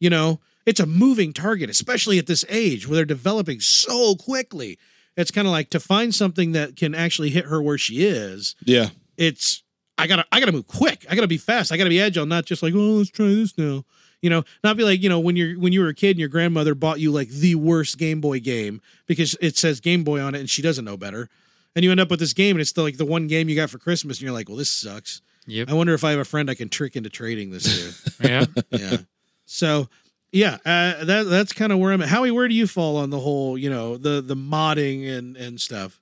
You know, it's a moving target, especially at this age where they're developing so quickly. It's kind of like to find something that can actually hit her where she is Yeah. it's I gotta I gotta move quick. I gotta be fast. I gotta be agile, not just like, oh, let's try this now. You know, not be like, you know, when you're when you were a kid and your grandmother bought you like the worst Game Boy game because it says Game Boy on it and she doesn't know better. And you end up with this game and it's the, like the one game you got for Christmas and you're like, well, this sucks. Yep. I wonder if I have a friend I can trick into trading this yeah. to. yeah. So yeah, uh, that that's kind of where I'm at. Howie, where do you fall on the whole, you know, the the modding and and stuff?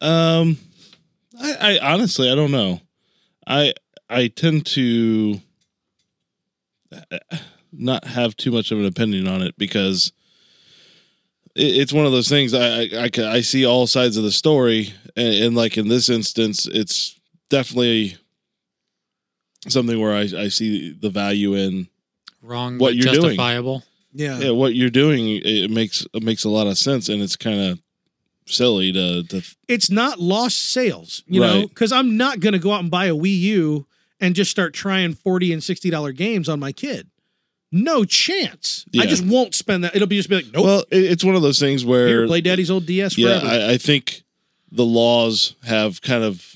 Um, I, I honestly, I don't know. I I tend to uh, not have too much of an opinion on it because it, it's one of those things. I I, I ca- I see all sides of the story, and, and like in this instance, it's definitely something where I, I see the value in Wrong, What but you're doing. justifiable. Yeah. yeah, what you're doing. It makes it makes a lot of sense, and it's kind of silly to, to it's not lost sales, you know, Right. because I'm not going to go out and buy a Wii U and just start trying 40 and $60 games on my kid. No chance. I Yeah. just won't spend that. It'll be just be like, nope. well, it, it's one of those things here, where play daddy's old DS yeah, forever. I, I think the laws have kind of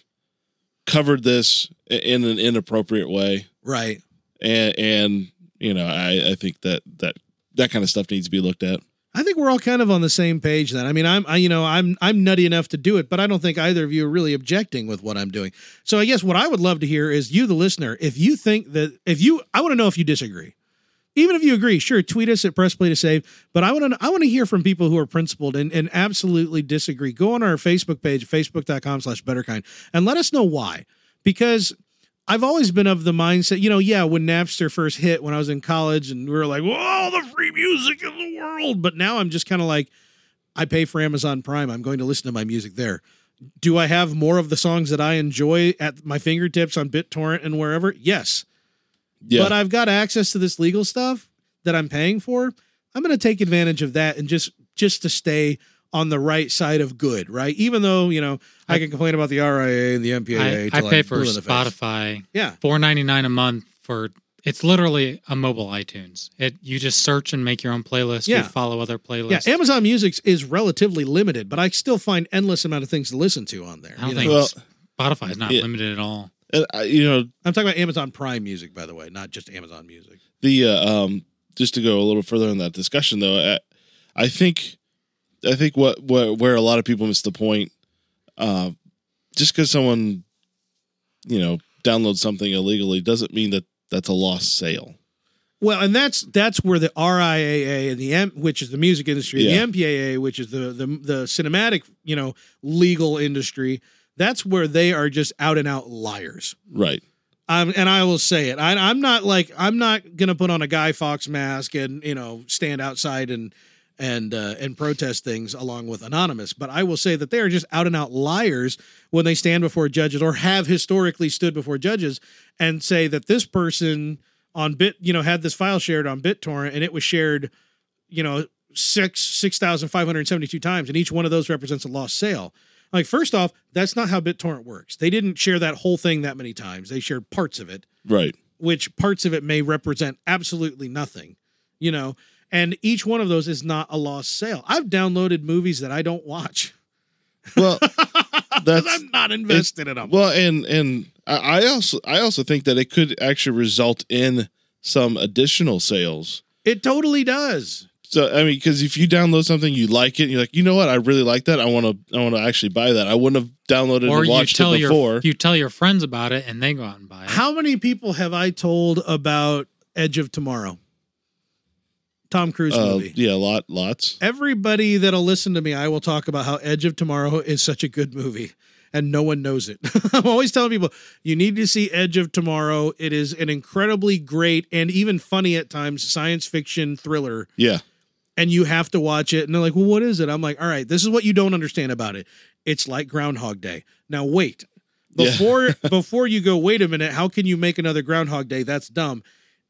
covered this i- in an inappropriate way, right. and and you know, I I think that that that kind of stuff needs to be looked at. I think we're all kind of on the same page then. I mean, I'm, I, you know, I'm, I'm nutty enough to do it, but I don't think either of you are really objecting with what I'm doing. So I guess what I would love to hear is you, the listener, if you think that, if you, I want to know if you disagree. Even if you agree, sure, tweet us at Press Play to Save. But I want to, I want to hear from people who are principled and, and absolutely disagree. Go on our Facebook page, facebook.com slash betterkind, and let us know why. Because I've always been of the mindset, you know, yeah, when Napster first hit when I was in college and we were like, whoa, the free music in the world. But now I'm just kind of like, I pay for Amazon Prime. I'm going to listen to my music there. Do I have more of the songs that I enjoy at my fingertips on BitTorrent and wherever? Yes. Yeah. But I've got access to this legal stuff that I'm paying for. I'm going to take advantage of that and just just to stay on the right side of good, right? Even though, you know, I, I- can complain about the RIA and the MPAA. I, I till pay I'm for blue in the face. Spotify Yeah. four ninety nine a month for it's literally a mobile iTunes. It you just search and make your own playlist. Yeah. You follow other playlists. Yeah, Amazon Music is relatively limited, but I still find endless amount of things to listen to on there. I don't you know? think Well- Spotify is not Yeah. limited at all. and I, you know, I'm talking about Amazon Prime Music, by the way, not just Amazon Music. the uh, um just to go a little further in that discussion though i, I think i think what, what where a lot of people miss the point uh just because someone you know downloads something illegally doesn't mean that that's a lost sale Well, and that's that's where the RIAA and the M, which is the music industry, Yeah. and the MPAA, which is the, the the cinematic, you know, legal industry. That's where they are just out and out liars. right Um, and I will say it. I, I'm not like I'm not gonna put on a Guy Fox mask and you know stand outside and and uh, and protest things along with Anonymous. But I will say that they are just out and out liars when they stand before judges or have historically stood before judges and say that this person on Bit you know had this file shared on BitTorrent and it was shared you know six six thousand five hundred seventy two times and each one of those represents a lost sale. Like, first off, that's not how BitTorrent works. They didn't share that whole thing that many times. They shared parts of it, right which parts of it may represent absolutely nothing, you know? And each one of those is not a lost sale. I've downloaded movies that I don't watch well 'Cause I'm not invested in them. well and and I, I also i also think that it could actually result in some additional sales It totally does. So I mean, because if you download something, you like it, and you're like, you know what, I really like that. I want to, I want to actually buy that. I wouldn't have downloaded Or and you watched tell it before. your you tell your friends about it and they go out and buy it. How many people have I told about Edge of Tomorrow? Tom Cruise Uh, movie. yeah, lot, lots. Everybody that'll listen to me, I will talk about how Edge of Tomorrow is such a good movie and no one knows it. I'm always telling people, you need to see Edge of Tomorrow. It is an incredibly great and even funny at times science fiction thriller Yeah, and you have to watch it. And they're like, well, what is it? I'm like, all right, this is what you don't understand about it. It's like Groundhog Day. Now wait. Yeah. Before before you go, wait a minute, how can you make another Groundhog Day? That's dumb.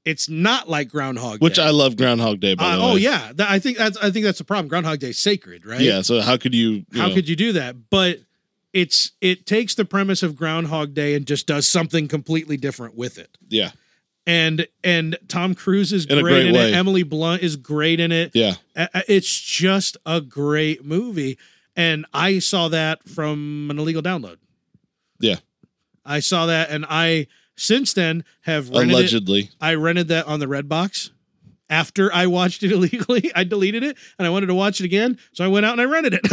It's not like Groundhog which Day. I love Groundhog Day. By Uh, the way. oh yeah, That- I think that's I think that's the problem. Groundhog Day is sacred, right? yeah. So how could you? you How know, could you do that? But it's it takes the premise of Groundhog Day and just does something completely different with it. Yeah, And and Tom Cruise is In a great, great in way. it. Emily Blunt is great in it. yeah, Uh, uh, It's just a great movie, and I saw that from an illegal download. Yeah. I saw that, and I since then have rented it allegedly. I rented that on the Red Box after I watched it illegally. I deleted it and I wanted to watch it again. So I went out and I rented it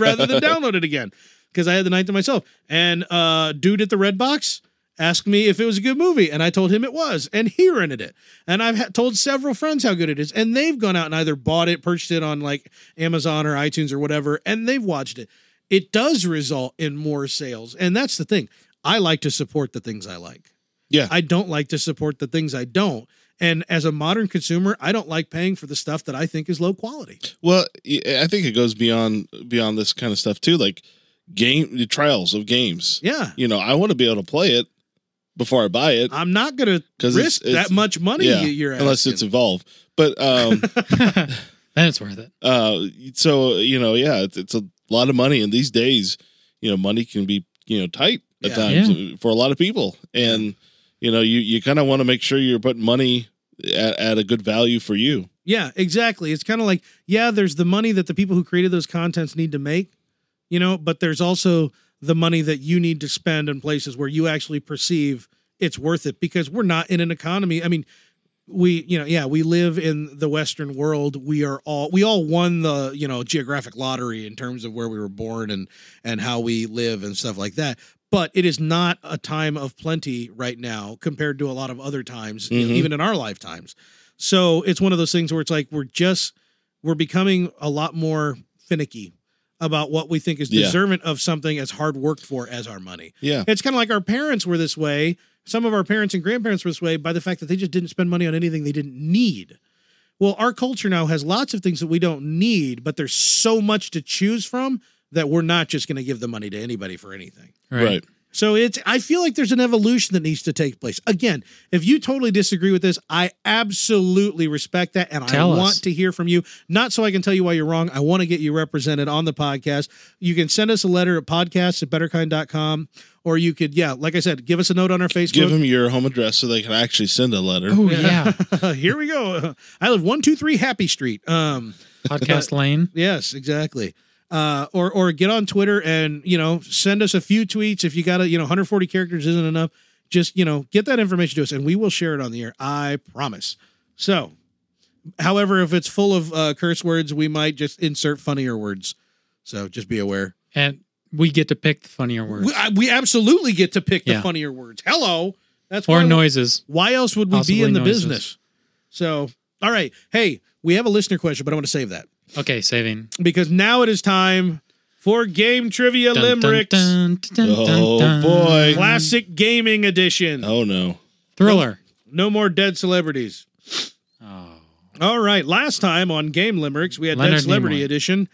rather than download it again because I had the night to myself. And uh, dude at the Red Box asked me if it was a good movie and I told him it was. And he rented it. And I've ha- told several friends how good it is. And they've gone out and either bought it, purchased it on like Amazon or iTunes or whatever, and they've watched it. It does result in more sales. And that's the thing. I like to support the things I like. Yeah. I don't like to support the things I don't. And as a modern consumer, I don't like paying for the stuff that I think is low quality. Well, y- I think it goes beyond beyond this kind of stuff too, like game the trials of games. Yeah. You know, I want to be able to play it before I buy it, I'm not going to 'Cause it's- risk it's- that much money yeah, you- you're asking. unless it's evolved. But um, then it's worth it. uh so you know yeah it's, it's a lot of money and these days you know money can be you know tight at Yeah. times uh, for a lot of people and you know you you kind of want to make sure you're putting money at, at a good value for you yeah, exactly. It's kind of like, yeah, there's the money that the people who created those contents need to make, you know, but there's also the money that you need to spend in places where you actually perceive it's worth it because we're not in an economy. I mean, we, you know, yeah, we live in the Western world. We are all, we all won the, you know, geographic lottery in terms of where we were born and, and how we live and stuff like that. But it is not a time of plenty right now compared to a lot of other times, you know, Mhm. even in our lifetimes. So it's one of those things where it's like, we're just, we're becoming a lot more finicky about what we think is Yeah. deserving of something as hard worked for as our money. Yeah. It's kind of like our parents were this way. Some of our parents and grandparents were this way by the fact that they just didn't spend money on anything they didn't need. Well, our culture now has lots of things that we don't need, but there's so much to choose from that we're not just going to give the money to anybody for anything. Right. So it's I feel like there's an evolution that needs to take place. Again, if you totally disagree with this, I absolutely respect that and Tell I us. want to hear from you. Not so I can tell you why you're wrong. I want to get you represented on the podcast. You can send us a letter at podcast at betterkind.com or you could, yeah, like I said, give us a note on our Give Facebook. them your home address so they can actually send a letter. Oh yeah, Here we go. I live 123 Happy Street. Um podcast lane. Yes, exactly. Uh, or or get on Twitter and you know send us a few tweets if you got to you know 140 characters isn't enough. Just you know get that information to us and we will share it on the air. I promise. So, however, if it's full of uh, curse words, we might just insert funnier words. So just be aware. and we get to pick the funnier words We, I, we absolutely get to pick the Yeah. funnier words. Hello, that's or why- noises. Why else would we be Possibly in the noises. business? So, all right. Hey, we have a listener question, but I want to save that. Okay, saving because now it is time for game trivia Dun, dun, limericks dun, dun, dun, Oh, dun. boy. classic gaming edition Oh no. thriller. no more dead celebrities Oh, all right last time on game limericks we had dead Leonard celebrity Nimoy. edition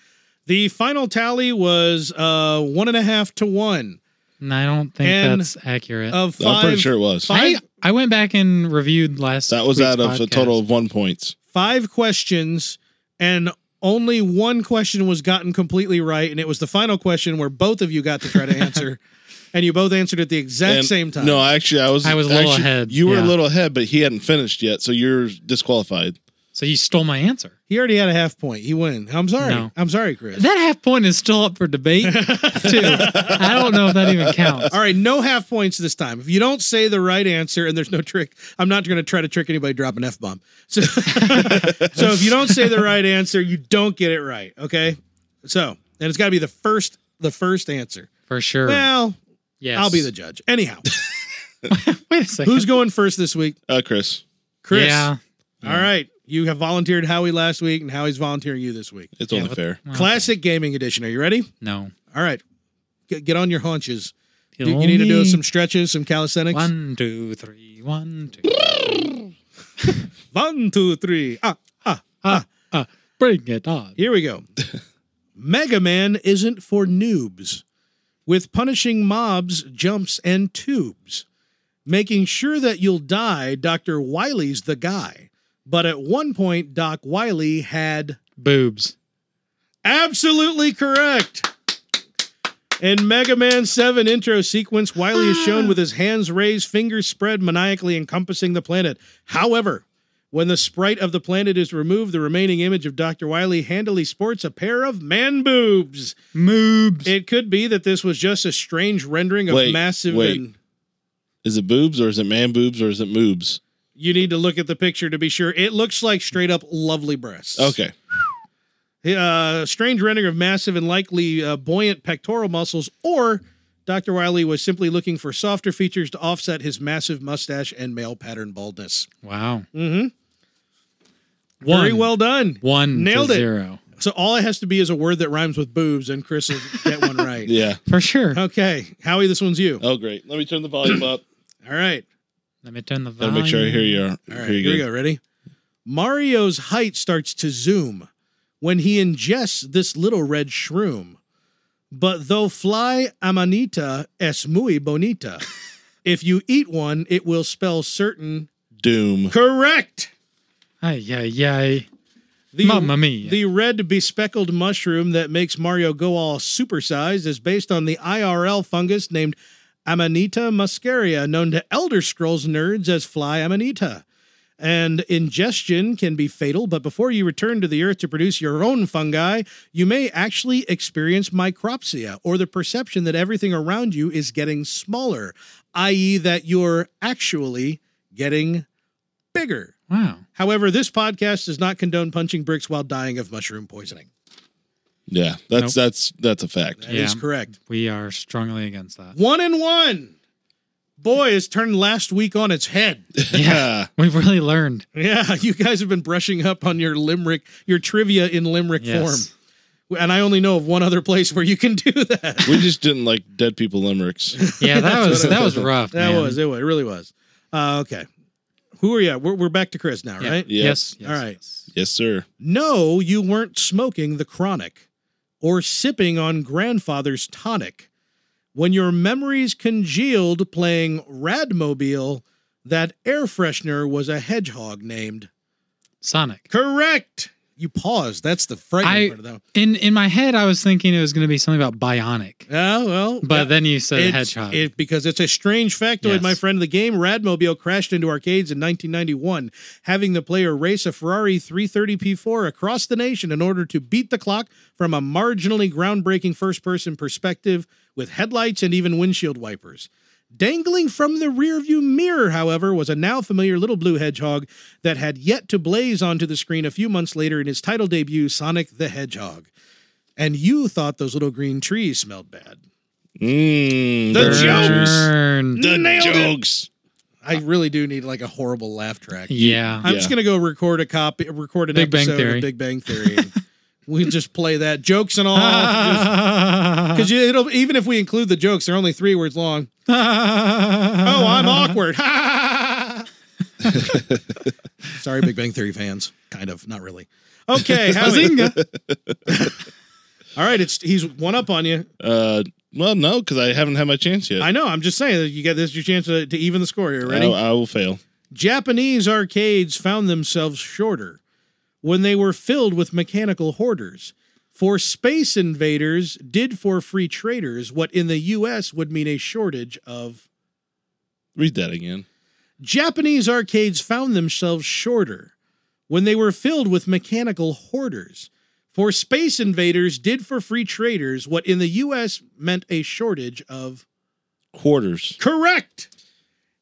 the final tally was uh one and a half to one and I don't think And- that's accurate. of i I'm five pretty sure it was. five- I I went back and reviewed last. That was week's out of a podcast. total of one points. five questions and only one question was gotten completely right and it was the final question where both of you got to try to answer and you both answered at the exact And- same time No, actually, I was. I was a little actually, ahead, You were yeah. a little ahead, but he hadn't finished yet, so you're disqualified. So you stole my answer. he already had a half point he win i'm sorry No. i'm sorry chris That half point is still up for debate too. I don't know if that even counts. All right, no half points this time. If you don't say the right answer and there's no trick, I'm not going to try to trick anybody to drop an F bomb. So, so if you don't say the right answer, you don't get it right. Okay. So, and it's got to be the first, the first answer. For sure. Well, yes. I'll be the judge. Anyhow, Wait a second. who's going first this week? Uh, Chris, Chris. Yeah. All right. You have volunteered Howie last week, and Howie's volunteering you this week. it's Yeah, only what- fair. Well, Classic gaming edition. Are you ready? No. All right. Get, get on your haunches. You, It'll you need to do only- some stretches, some calisthenics. One, two, three, one, two. One, two, three. Ah, ah, ah. Bring it on. Here we go. Mega Man isn't for noobs. With punishing mobs, jumps, and tubes. Making sure that you'll die, Dr. Wily's the guy. But at one point, Doc Wiley had Boobs. absolutely correct. In Mega Man 7 intro sequence, Wily is shown with his hands raised, fingers spread, maniacally encompassing the planet. However, when the sprite of the planet is removed, the remaining image of Dr. Wily handily sports a pair of man boobs. Moobs. It could be that this was just a strange rendering of Wait, massive wait. and Is it boobs or is it man boobs or is it moobs? you need to look at the picture to be sure. It looks like straight up lovely breasts. Okay, uh, strange rendering of massive and likely uh, buoyant pectoral muscles, or Dr. Wiley was simply looking for softer features to offset his massive mustache and male pattern baldness. wow. Mm-hmm. One. Very well done. One Nailed to it. zero. So all it has to be is a word that rhymes with boobs, and Chris will get one right. yeah. For sure. Okay, Howie, this one's you. Oh, great. Let me turn the volume up. All right. Let me turn the Gotta volume. make sure I hear you. All right, hear you here we good. go. Ready? Mario's height starts to zoom when he ingests this little red shroom. But though fly amanita es muy bonita, if you eat one, it will spell certain Doom. correct. Ay, ay, ay. The, Mamma mia. the red bespeckled mushroom that makes Mario go all supersized is based on the IRL fungus named Amanita muscaria, known to Elder Scrolls nerds as fly amanita. And ingestion can be fatal, but before you return to the earth to produce your own fungi, you may actually experience micropsia or the perception that everything around you is getting smaller, i.e., that you're actually getting bigger. wow. However, this podcast does not condone punching bricks while dying of mushroom poisoning. Yeah, that's Nope. that's that's a fact. That is Yeah. correct. We are strongly against that. One and one. Boy, has turned last week on its head. Yeah. We've really learned. Yeah, you guys have been brushing up on your limerick, your trivia in limerick Yes. form. and I only know of one other place where you can do that. We just didn't like dead people limericks. Yeah, that That's was what I that was was rough. That man. was it. wa- It really was. Uh, okay. Who are you? At? We're we're back to Chris now, Yeah. right? Yes. All right. yes. Yes, sir. No, you weren't smoking the chronic or sipping on grandfather's tonic. When your memories congealed playing Radmobile, that air freshener was a hedgehog named. Sonic. Correct. You paused. That's the frightening I- part of that. In in my head, I was thinking it was going to be something about bionic, Oh well. but yeah. then you said It's- hedgehog. It, because it's a strange factoid, Yes. my friend. The game Radmobile crashed into arcades in 1991, having the player race a Ferrari 330p4 across the nation in order to beat the clock from a marginally groundbreaking first person perspective with headlights and even windshield wipers. Dangling from the rearview mirror, however, was a now familiar little blue hedgehog that had yet to blaze onto the screen a few months later in his title debut, Sonic the Hedgehog. And you thought those little green trees smelled bad. Mm, The jokes. Burn. The Nailed it. jokes. I really do need like a horrible laugh track. Yeah. I'm just gonna go record a copy, record an Big Bang episode Theory. of Big Bang Theory. and we just play that jokes and all. Because it'll even if we include the jokes, they're only three words long. Oh, I'm awkward. Sorry, Big Bang Theory fans. Kind of, not really. Okay, Howie. Bazinga. all right. It's he's one up on you. Uh, well, no, because I haven't had my chance yet. I know. I'm just saying that you get this is your chance to, to even the score here. Ready? I, I will fail. Japanese arcades found themselves shorter when they were filled with mechanical hoarders. For space invaders did for free traders what in the US would mean a shortage of. Read that again. Japanese arcades found themselves shorter when they were filled with mechanical hoarders. For space invaders did for free traders what in the US meant a shortage of. Quarters. Correct.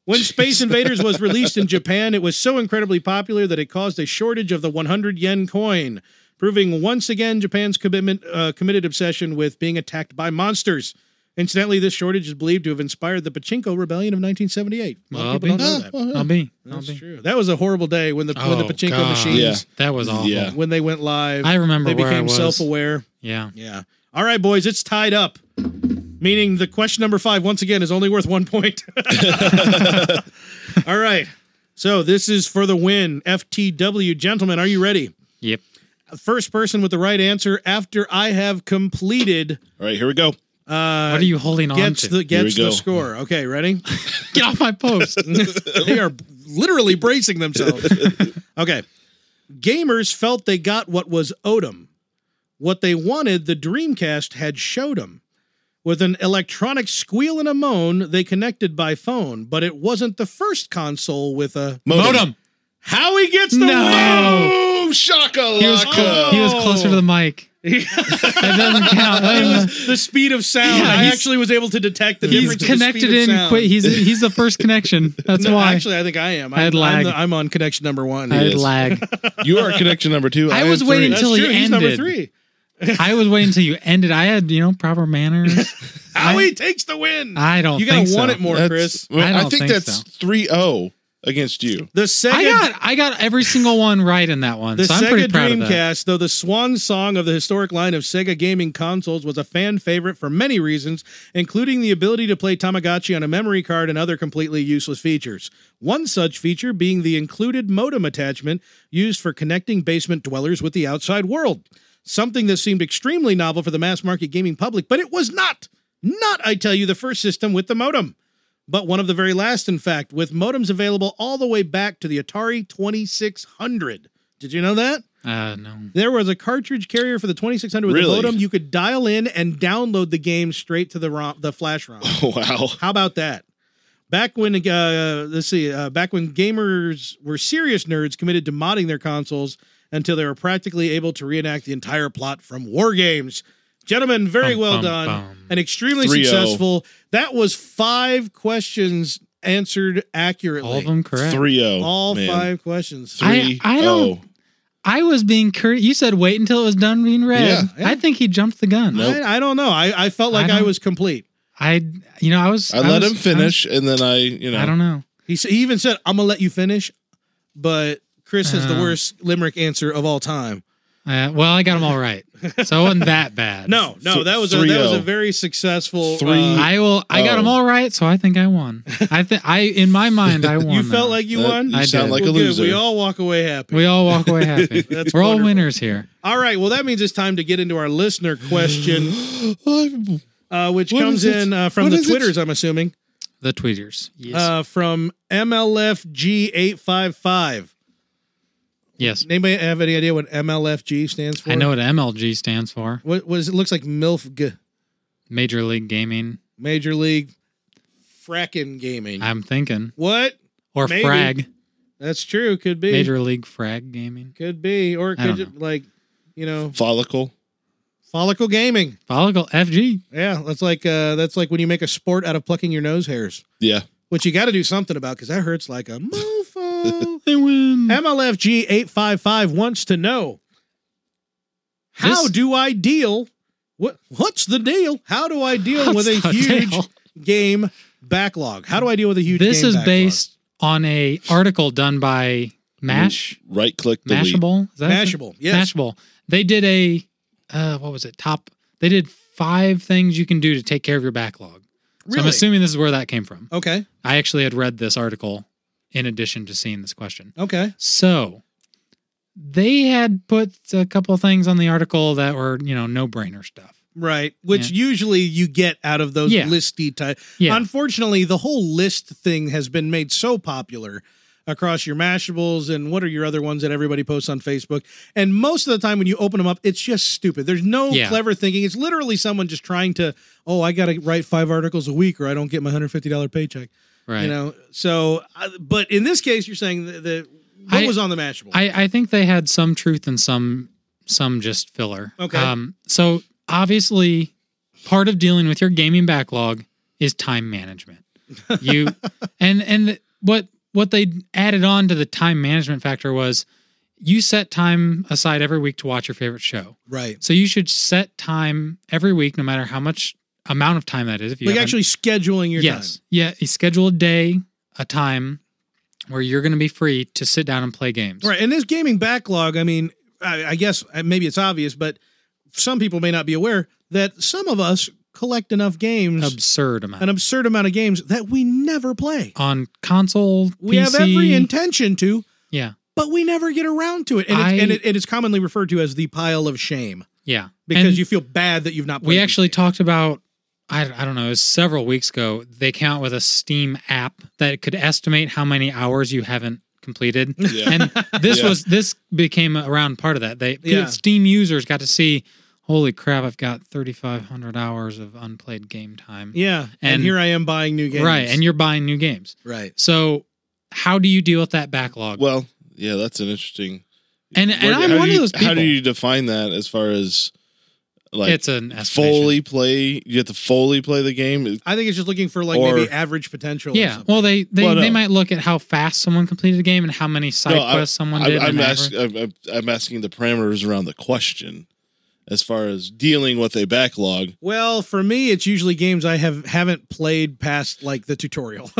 When Space Jeez. Invaders was released in Japan, it was so incredibly popular that it caused a shortage of the 100 yen coin, proving once again Japan's commitment, uh, committed obsession with being attacked by monsters. Incidentally, this shortage is believed to have inspired the Pachinko Rebellion of 1978. A lot of Well, people don't know Ah, that. well, yeah. I'll be. I'll That's be. true. That was a horrible day when the when the Oh, Pachinko God. machines Yeah. That was awful. Yeah. when they went live, I remember they where I became was. self-aware. Yeah. Yeah. All right, boys, it's tied up. Meaning the question number five, once again, is only worth one point. All right. So this is for the win. FTW, gentlemen, are you ready? Yep. First person with the right answer after I have completed All right, here we go. uh, What are you holding on gets to? the gets Here the we go. score. Okay, ready? Get off my post. they are literally bracing themselves. Okay. Gamers felt they got what was owed 'em. What they wanted, the Dreamcast had showed 'em. With an electronic squeal and a moan, they connected by phone, but it wasn't the first console with a. Modem. Howie gets the No. Boom! Shakalaka. He was clo- he was closer to the mic. win! That doesn't count. That it doesn't- was the speed of sound. Uh, Yeah, I he's- actually was able to detect the he's difference. in the speed connected of in. sound. Quick. He's he's the first connection. That's No, why Actually, I think I am. I had I'm- I'm lag. the- I'm on connection number one. I had Yes. lag. You are connection number two. I am was waiting three. That's Till he true. He's number ended. three. I was waiting until you ended. I had you know proper manners. Howie takes the win. I don't. You gotta think want so. it more, That's- Chris. well, I I, don't think, think that's so. 3 0 against you. The Sega, I got I got every single one right in that one. the so I'm Sega pretty proud of that. Dreamcast, though the swan song of the historic line of Sega gaming consoles, was a fan favorite for many reasons, including the ability to play Tamagotchi on a memory card and other completely useless features. One such feature being the included modem attachment used for connecting basement dwellers with the outside world. Something that seemed extremely novel for the mass market gaming public, but it was not. Not, I tell you, the first system with the modem. but one of the very last, in fact, with modems available all the way back to the Atari 2600. Did you know that? Uh, no. There was a cartridge carrier for the 2600 with Really? a modem. You could dial in and download the game straight to the ROM, the flash ROM. Oh, Wow. How about that? Back when uh, let's see, uh, back when gamers were serious nerds committed to modding their consoles until they were practically able to reenact the entire plot from war games. Gentlemen, very Bum, well bum, done bum. and extremely 3-0. successful. That was five questions answered accurately. All of them correct. 3 0. All five questions. oh, Three. oh. I- I don't- I was being curious. You said wait until it was done being read. Yeah, yeah. I think he jumped the gun. Nope. I, I don't know. I, I felt I like I, don't- was complete. I you know I was. I let was- him finish, and then I, you I, know, was- I don't know. He, s- he even said, I'm going to let you finish, but Chris has the Oh. worst limerick answer of all time. Uh, well, I got them all right, so it wasn't that bad. No, no, Th- that was a, that was a 3-0. very successful. Three- uh, I will. I got Oh. them all right, so I think I won. I think I, in my mind, I won. you that. felt like you That- won. You I sound did. like Well, a good. loser. We all walk away happy. we all walk away happy. That's We're all wonderful. winners here. all right. Well, that means it's time to get into our listener question, I'm- uh, which What comes is it? in uh, from What the is it? Twitters. I'm assuming The tweeters. Yes. uh, from MLFG855. yes. Anybody have any idea what MLFG stands for? I know what MLG stands for. What was it? Looks like MILFG, Major League Gaming. Major League Fracking Gaming. I'm thinking, what? or Maybe. Frag. That's true. Could be. Major League Frag Gaming. Could be, or it I could don't ju- like, you know, follicle. follicle gaming. Follicle FG. Yeah, that's like uh, that's like when you make a sport out of plucking your nose hairs, Yeah. which you got to do something about because that hurts like a mofo. I win. MLFG eight five five wants to know how This- do I deal? What what's the deal? How do I deal What's with a the huge deal? game backlog? How do I deal with a huge? This game is backlog? based on a article done by Mash Right click delete. Mashable. Is that it? Mashable. Yes, Mashable. They did a uh, what was it? Top. They did five things you can do to take care of your backlog. So I'm Really? assuming this is where that came from. Okay. I actually had read this article in addition to seeing this question. Okay. So they had put a couple of things on the article that were, you know, no brainer stuff. Right, which usually you get out of those Yeah. listy type. Yeah. Unfortunately, the whole list thing has been made so popular across your mashables and what are your other ones that everybody posts on Facebook. And most of the time when you open them up, it's just stupid. There's no Yeah. clever thinking. It's literally someone just trying to, oh, I got to write five articles a week or I don't get my $150 paycheck. right. You know, so, uh, but in this case, you're saying that, that what I- was on the mashable? I, I think they had some truth and some some just filler. Okay. Um, so obviously, part of dealing with your gaming backlog is time management. You and and what what they added on to the time management factor was you set time aside every week to watch your favorite show. right. So you should set time every week, no matter how much amount of time that is. If you Like haven't- actually scheduling your yes, yeah, you schedule a day, a time where you're going to be free to sit down and play games. Right. And this gaming backlog, I mean, I, I guess uh, maybe it's obvious, but some people may not be aware that some of us collect enough games, absurd amount an absurd amount of games that we never play. on console. We have PC, every intention to, yeah, but we never get around to it. And, I- it's, and it, it is commonly referred to as the pile of shame yeah. because And you feel bad that you've not played. we actually these games. talked about I, I don't know, it was several weeks ago. They came out with a Steam app that could estimate how many hours you haven't completed. Yeah. And this Yeah. was this became around part of that. They Yeah. Steam users got to see, holy crap, I've got 3,500 hours of unplayed game time. Yeah. And, and- here I am buying new games. Right, and you're buying new games. right. So, how do you deal with that backlog? Well, yeah, that's an interesting. And- and I'm how one of do you- those How do people. you define that as far as like it's an estimation. fully play? You have to fully play the game. I think it's just looking for like Or- maybe average potential. or Yeah. something. Well, they they, Well, they no. might look at how fast someone completed a game and how many side No, I- quests someone I'm, did. I'm, and ask, average. I'm, I'm- I'm asking the parameters around the question as far as dealing with a backlog. Well, for me, it's usually games I have haven't played past like the tutorial.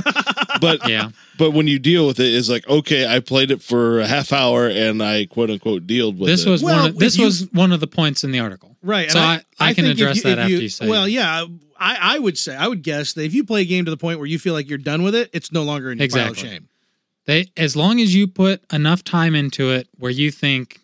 But yeah. but when you deal with it, it's like okay, I played it for a half hour and I quote unquote dealed with This it. was Well, one. Of, this if you- was one of the points in the article. Right. So and I- I can think if address that if after you say Well, it. yeah, I, I would say I would guess that if you play a game to the point where you feel like you're done with it, it's no longer in your pile Exactly. of shame. They as long as you put enough time into it where you think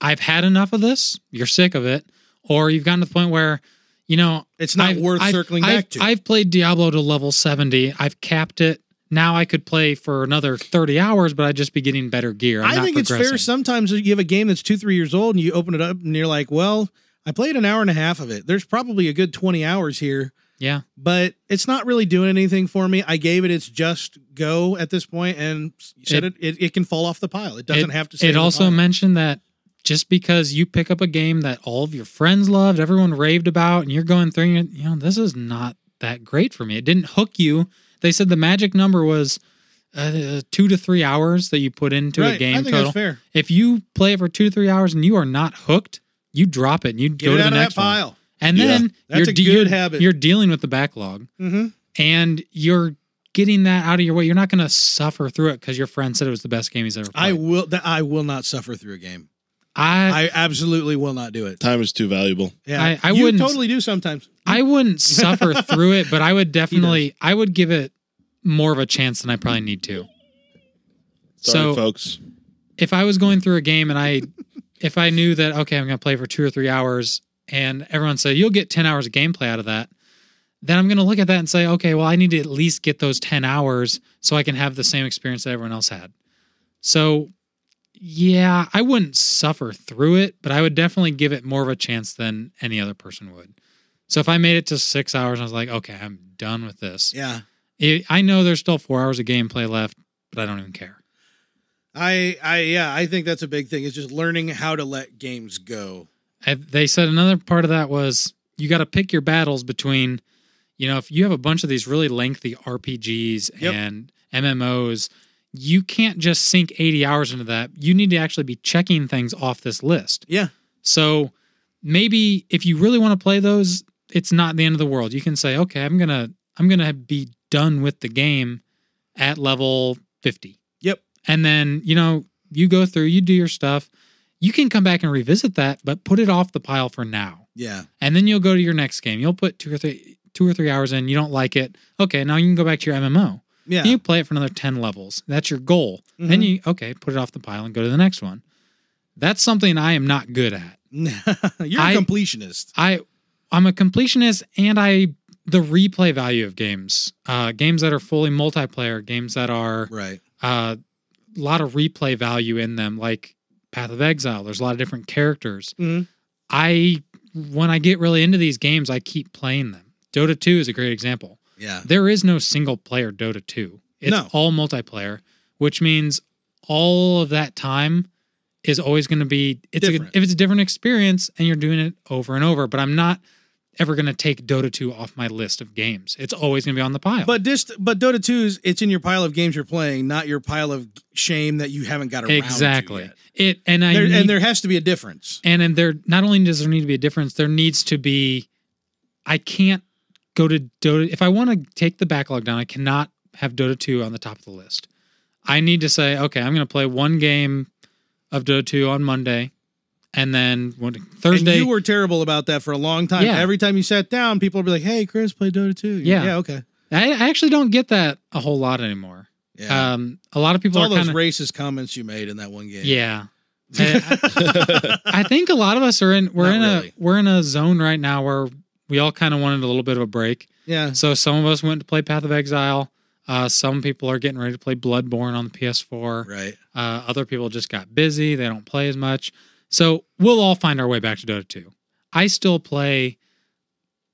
I've had enough of this, you're sick of it, or you've gotten to the point where you know It's not I've- worth I've- circling I've- back to. I've played Diablo to level seventy. I've capped it. Now I could play for another thirty hours, but I'd just be getting better gear. I'm I not think it's fair. progressing. Sometimes you have a game that's two, three years old, and you open it up, and you're like, "Well, I played an hour and a half of it. There's probably a good twenty hours here, yeah. but it's not really doing anything for me. I gave it its just go at this point, and you said it it, it, can fall off the pile. It doesn't have to. stay in It the also pile. mentioned that just because you pick up a game that all of your friends loved, everyone raved about, and you're going through, and you know, this is not that great for me. It didn't hook you. They said the magic number was uh, two to three hours that you put into right. a game I think total. that's fair. If you play it for two to three hours and you are not hooked, you drop it and you Get go it to the out of next that one. pile. And Yeah. then That's you're, a de- good you're- habit. you're dealing with the backlog Mm-hmm. and you're getting that out of your way. You're not going to suffer through it because your friend said it was the best game he's ever played. I will. That I will not suffer through a game. I I absolutely will not do it. Time is too valuable. Yeah, I- I you wouldn't- totally do sometimes. I wouldn't suffer through it, but I would definitely I would give it more of a chance than I probably need to. Sorry, So- folks. If I was going through a game and I if I knew that okay, I'm going to play for 2 or 3 hours and everyone said you'll get 10 hours of gameplay out of that, then I'm going to look at that and say, okay, well I need to at least get those 10 hours so I can have the same experience that everyone else had. So yeah, I wouldn't suffer through it, but I would definitely give it more of a chance than any other person would. So if I made it to six hours, I was like, okay, I'm done with this. Yeah, It, I know there's still four hours of gameplay left, but I don't even care. I, I, yeah, I think that's a big thing. Is just learning how to let games go. I, they said another part of that was you got to pick your battles between, you know, if you have a bunch of these really lengthy RPGs Yep. and MMOs, you can't just sink 80 hours into that. You need to actually be checking things off this list. Yeah. So maybe if you really want to play those, it's not the end of the world. You can say, okay, I'm gonna I'm gonna be done with the game at level 50. Yep. And then, you know, you go through, you do your stuff. You can come back and revisit that, but put it off the pile for now. Yeah, And then you'll go to your next game. You'll put two or three two or three hours in, you don't like it. Okay, now you can go back to your MMO. yeah, Mm-hmm. You play it for another 10 levels. That's your goal. Then you okay, put it off the pile and go to the next one. That's something I am not good at. you're I- a completionist. I I'm a completionist and I the replay value of games. Uh games that are fully multiplayer, games that are Right. uh a lot of replay value in them like Path of Exile. There's a lot of different characters. Mhm. I when I get really into these games, I keep playing them. Dota 2 is a great example. Yeah. There is no single player Dota 2. It's No. all multiplayer, which means all of that time is always going to be it's a, Different. if it's a different experience and you're doing it over and over, but I'm not ever going to take Dota 2 off my list of games. It's always going to be on the pile. But dist- but Dota 2's it's in your pile of games you're playing, not your pile of shame that you haven't got around exactly. To yet. It and I There, need- and there has to be a difference. and and there not only does there need to be a difference there needs to be i can't go to dota if i want to take the backlog down i cannot have dota 2 on the top of the list i need to say okay i'm going to play one game of dota 2 on monday and then when, thursday And you were terrible about that for a long time. Yeah. Every time you sat down, people would be like, "Hey, Chris, play Dota 2." Yeah. yeah, okay. I, I actually don't get that a whole lot anymore Yeah, um a lot of it's people all are those kind of racist comments you made in that one game. yeah I- I think a lot of us are in we're Not in a really. we're in a zone right now where we all kind of wanted a little bit of a break yeah. So some of us went to play Path of Exile. Uh, some people are getting ready to play Bloodborne on the PS4. Right. Uh, other people just got busy; they don't play as much. So we'll all find our way back to Dota 2. I still play.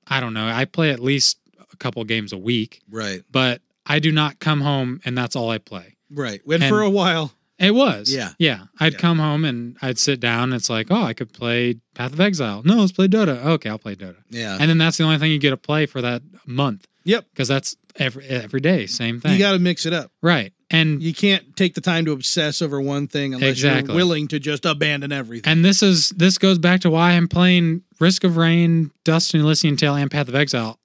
I don't know. I play at least a couple games a week, Right. but I do not come home and that's all I play. Right. And, And- for a while, It was. Yeah. Yeah. I'd Yeah. come home and I'd sit down. And it's like, oh, I could play Path of Exile. No, let's play Dota. Okay, I'll play Dota yeah. and then that's the only thing you get to play for that month. Yep. Because that's every every day, same thing. you got to mix it up. right, and You can't take the time to obsess over one thing unless Exactly. you're willing to just abandon everything. and this is this goes back to why I'm playing Risk of Rain, Dust and Elysian Tale, and Path of Exile.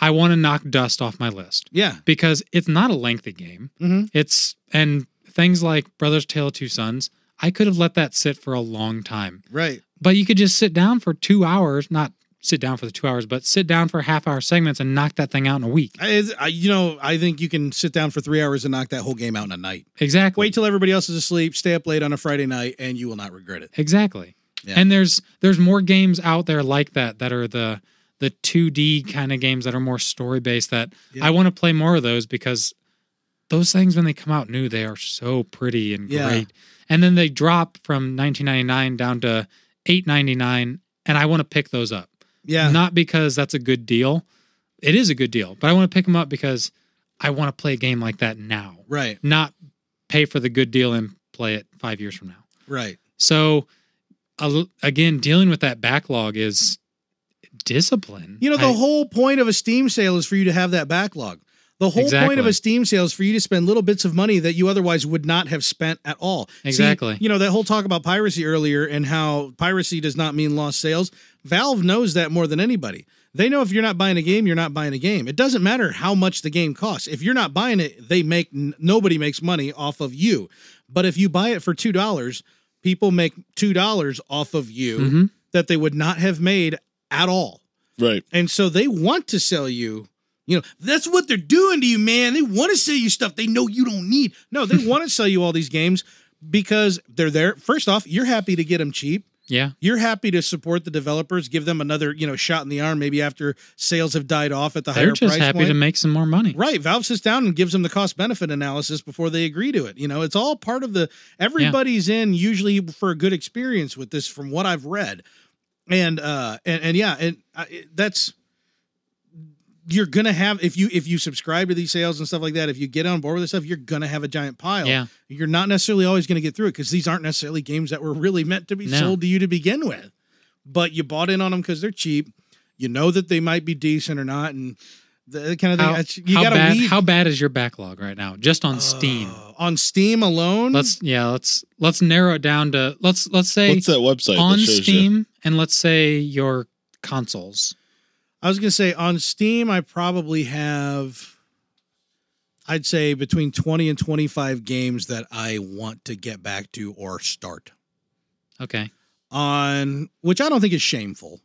I want to knock Dust off my list yeah. because it's not a lengthy game. Mhm. It's and things like Brothers Tale of Two Sons. I could have let that sit for a long time, Right. but you could just sit down for two hours, not sit down for the two hours, but sit down for half hour segments and knock that thing out in a week. I, it's- I, you know, I think you can sit down for three hours and knock that whole game out in a night. Exactly. Wait till everybody else is asleep. Stay up late on a Friday night, and you will not regret it. Exactly. Yeah. And there's there's more games out there like that that are the the 2D kind of games that are more story based that Yeah. I want to play more of those because those things when they come out new they are so pretty and Yeah. great. And then they drop from 19.99 down to 8.99 and I want to pick those up. Yeah. Not because that's a good deal. It is a good deal, but I want to pick them up because I want to play a game like that now. right. Not pay for the good deal and play it 5 years from now. Right. So a- again, dealing with that backlog is discipline. You know, the I- whole point of a Steam sale is for you to have that backlog. The whole point of Exactly. a Steam sale is for you to spend little bits of money that you otherwise would not have spent at all. See, Exactly. you know, that whole talk about piracy earlier and how piracy does not mean lost sales. Valve knows that more than anybody. They know if you're not buying a game, you're not buying a game. It doesn't matter how much the game costs. If you're not buying it, they make n- nobody makes money off of you. But if you buy it for $2, people make two dollars off of you hmm that they would not have made at all. Right. And so they want to sell you. You know, that's what they're doing to you, man. They want to sell you stuff they know you don't need. No, they want to sell you all these games because they're there. First off, you're happy to get them cheap. Yeah. You're happy to support the developers, give them another, you know, shot in the arm maybe after sales have died off at the They're higher just price happy point. to make some more money. Right. Valve sits down and gives them the cost benefit analysis before they agree to it. You know, it's all part of the everybody's in usually for a good experience with this from what I've read. And uh and and yeah, and I, it- that's you're going to have if you if you subscribe to these sales and stuff like that, if you get on board with this stuff, you're going to have a giant pile. Yeah. You're not necessarily always going to get through it cuz these aren't necessarily games that were really meant to be No. sold to you to begin with. But you bought in on them cuz they're cheap. You know that they might be decent or not and that kind of thing. How, It's- you how got to bad? weed How bad is your backlog right now? Just on Steam. uh, on Steam alone, Let's yeah. Let's let's narrow it down to let's let's say What's that website on that shows you? Steam and let's say your consoles. I was gonna say on Steam, I probably have, I'd say between twenty and twenty-five games that I want to get back to or start Okay. on, which I don't think is shameful.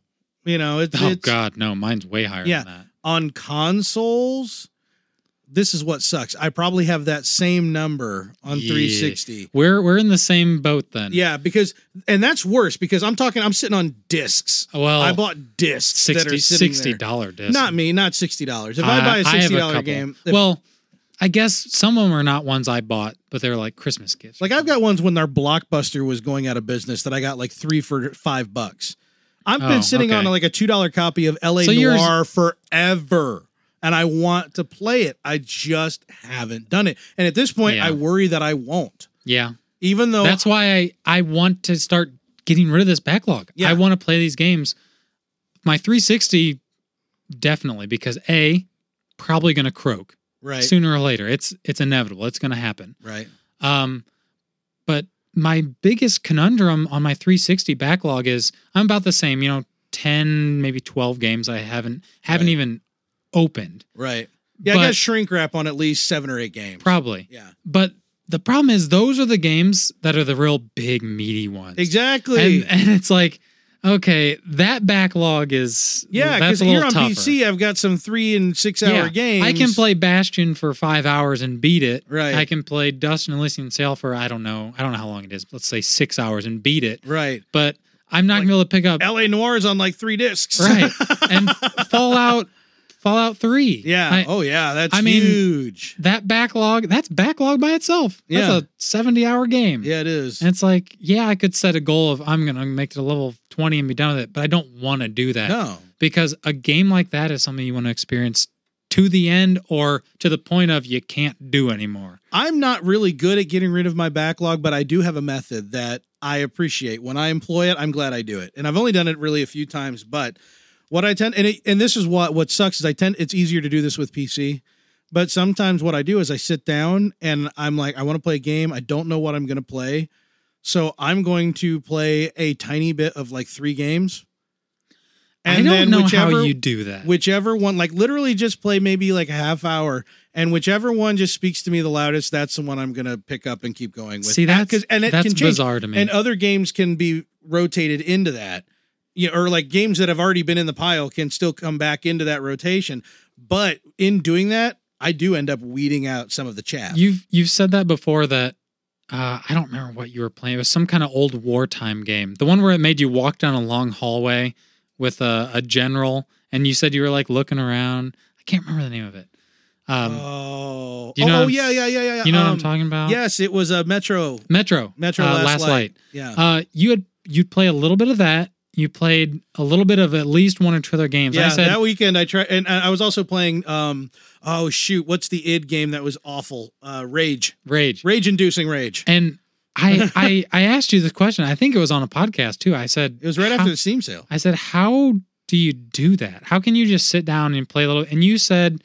You know, it's, Oh it's God, no, mine's way higher Yeah. than that. on consoles. This is what sucks. I probably have that same number on Yeah. 360. We're we're in the same boat then. Yeah, because and that's worse because I'm talking. I'm sitting on discs. Well, I bought discs that 60 are sitting there. dollar disc. Not me, not sixty dollars. If Uh, I buy a I have sixty dollar couple. game, if- well, I guess some of them are not ones I bought, but they're like Christmas gifts. like I've got ones when our blockbuster was going out of business that I got like three for five bucks. I've Oh, been sitting on okay. like a two dollar copy of L.A. So yours- Noir forever, and I want to play it. I just haven't done it, and at this point, Yeah. I worry that I won't. yeah, Even though that's why I I want to start getting rid of this backlog. Yeah. I want to play these games. My 360 definitely because a probably going to croak right, sooner or later. It's it's inevitable. It's going to happen. right, Um, but my biggest conundrum on my 360 backlog is I'm about the same, you know, 10, maybe 12 games I haven't haven't Right. even opened. right. Yeah, I But- got shrink wrap on at least seven or eight games. Probably. yeah, But the problem is those are the games that are the real big meaty ones. exactly. And, and it's like, okay, that backlog is yeah, that's because a here little on tougher. PC, I've got some three and six hour Yeah, games. I can play Bastion for five hours and beat it. Right. I can play Dust and Elysian Sale for I don't know, I don't know how long it is. but Let's say six hours and beat it. Right. but I'm not gonna be able to pick up LA Noir is on like three discs. right and Fallout Fallout Three. yeah. I- oh yeah. That's I mean- huge. that backlog that's backlog by itself. That's Yeah. a 70 hour game. Yeah, it is. mm. And it's like, yeah, I could set a goal of I'm gonna make it a level of 20 and be done with it, but I don't want to do that No. because a game like that is something you want to experience to the end or to the point of you can't do anymore. I'm not really good at getting rid of my backlog, but I do have a method that I appreciate. When I employ it, I'm glad I do it. And I've only done it really a few times, but what I tend and it, and this is what what sucks is I tend it's easier to do this with PC. But sometimes what I do is I sit down and I'm like I want to play a game, I don't know what I'm going to play. So I'm going to play a tiny bit of like 3 games. I don't know how you do that. whichever one like literally just play maybe like a half hour and whichever one just speaks to me the loudest that's the one i'm gonna pick up and keep going with See that's because and it that's can change bizarre to me. and uh, other games can be rotated into that you know, or like games that have already been in the pile can still come back into that rotation but in doing that i do end up weeding out some of the chaff You've you've said that before that uh, I don't remember what you were playing. It was some kind of old wartime game. The one where it made you walk down a long hallway with a, a general and you said you were like looking around. I can't remember the name of it. Um, oh you know oh what I'm- yeah yeah yeah yeah yeah you know what I'm Um, talking about? yes it was a metro Metro. metro uh, last, Last light. yeah Uh, you had you'd play a little bit of that. You played a little bit of at least one or two other games. Yeah, I said that weekend I tried, and I I was also playing. Um, oh shoot, what's the id game that was awful? Uh, rage, rage. rage-inducing rage. And I I I asked you this question. I think it was on a podcast too. I said It was right "How- after the Steam sale. I said, How do you do that? How can you just sit down and play a little? And you said,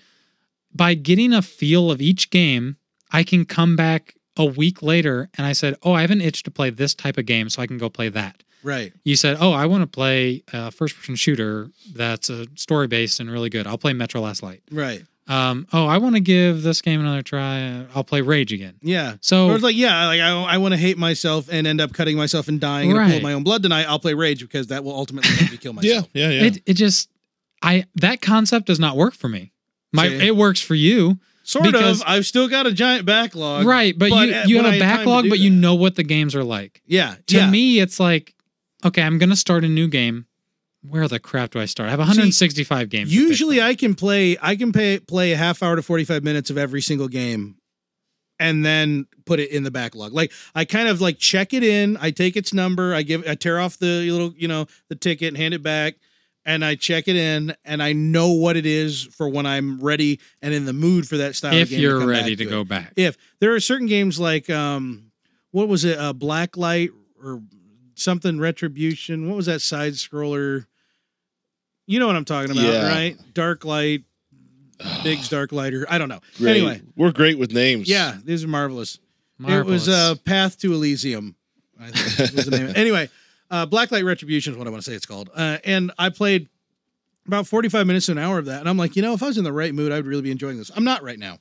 By getting a feel of each game, I can come back a week later. And I said, Oh, I have an itch to play this type of game, so I can go play that. Right, You said, Oh, I want to play a first person shooter that's a story based and really good. I'll play Metro Last Light. right. Um, oh, I want to give this game another try. I'll play Rage again. Yeah. So Or it's like, yeah, like I, I want to hate myself and end up cutting myself and dying in a pool Right. of my own blood tonight. I'll play Rage because that will ultimately make me kill Yeah, myself. yeah, yeah. it it just I that concept does not work for me. My Same. it works for you, Sort Because- of. I've still got a giant backlog. right? But, but you at- you when have I a had time to backlog, do but you that. know what the games are like. Yeah. To yeah. me, it's like okay, I'm gonna start a new game. Where the crap do I start? I have 165 games. to pick Usually, from. I can play. I can pay, play a half hour to forty five minutes of every single game, and then put it in the backlog. Like I kind of like check it in. I take its number. I give. I tear off the little, you know, the ticket, and hand it back, and I check it in, and I know what it is for when I'm ready and in the mood for that style. of if game you're come back ready to it. go back, If there are certain games like um, what was it? Uh, Blacklight or something Retribution. What was that side scroller? You know what I'm talking about, Yeah. right? Dark Light, Biggs Dark Lighter. I don't know. Great. Anyway, we're great with names. yeah, these are marvelous. It was uh, Marvelous. Path to Elysium. I think was the name. Anyway, uh, Blacklight Retribution is what I want to say it's called. Uh, and I played about 45 minutes to an hour of that. And I'm like, you know, if I was in the right mood, I would really be enjoying this. I'm not right now.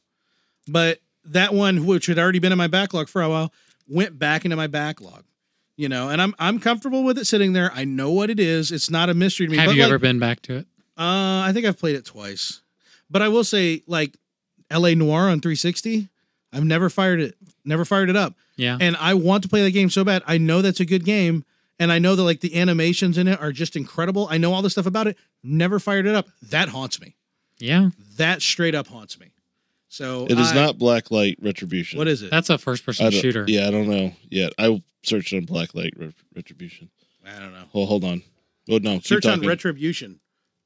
But that one, which had already been in my backlog for a while, went back into my backlog. You know, and I'm I'm comfortable with it sitting there. I know what it is. It's not a mystery to me. have but you like, ever been back to it? uh, I think I've played it twice, but I will say like L.A. Noir on 360. I've never fired it, never fired it up, Yeah. and I want to play that game so bad. I know that's a good game, and I know that like the animations in it are just incredible. I know all the stuff about it. Never fired it up. That haunts me. Yeah. That straight up haunts me. So It is I- not Blacklight Retribution. What is it? That's a first person I don't- shooter. Yeah, I don't know yet. I searched on Blacklight Ret- Retribution. I don't know. Well, hold on. Oh no, keep search on talking. retribution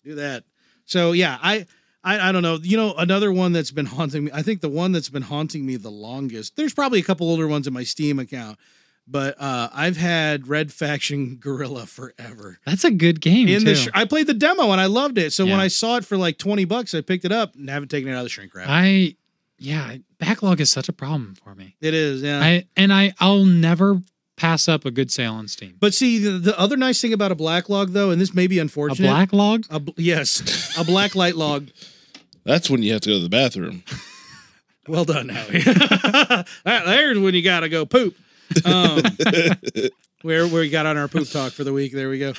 do that so yeah I, I i don't know you know another one that's been haunting me i think the one that's been haunting me the longest there's probably a couple older ones in my steam account but uh i've had red faction gorilla forever That's a good game in too. the sh- i played the demo and i loved it so when Yeah. i saw it for like 20 bucks i picked it up and haven't taken it out of the shrink wrap I yeah, backlog is such a problem for me. it is yeah I and I I'll never pass up a good sale on Steam. but see the, the other nice thing about a black log though and this may be A unfortunate black log? a bl- yes a black light log That's when you have to go to the bathroom. Well done, Howie. That- There's when you gotta go poop. Um, where where we got on our poop talk for the week. There we go.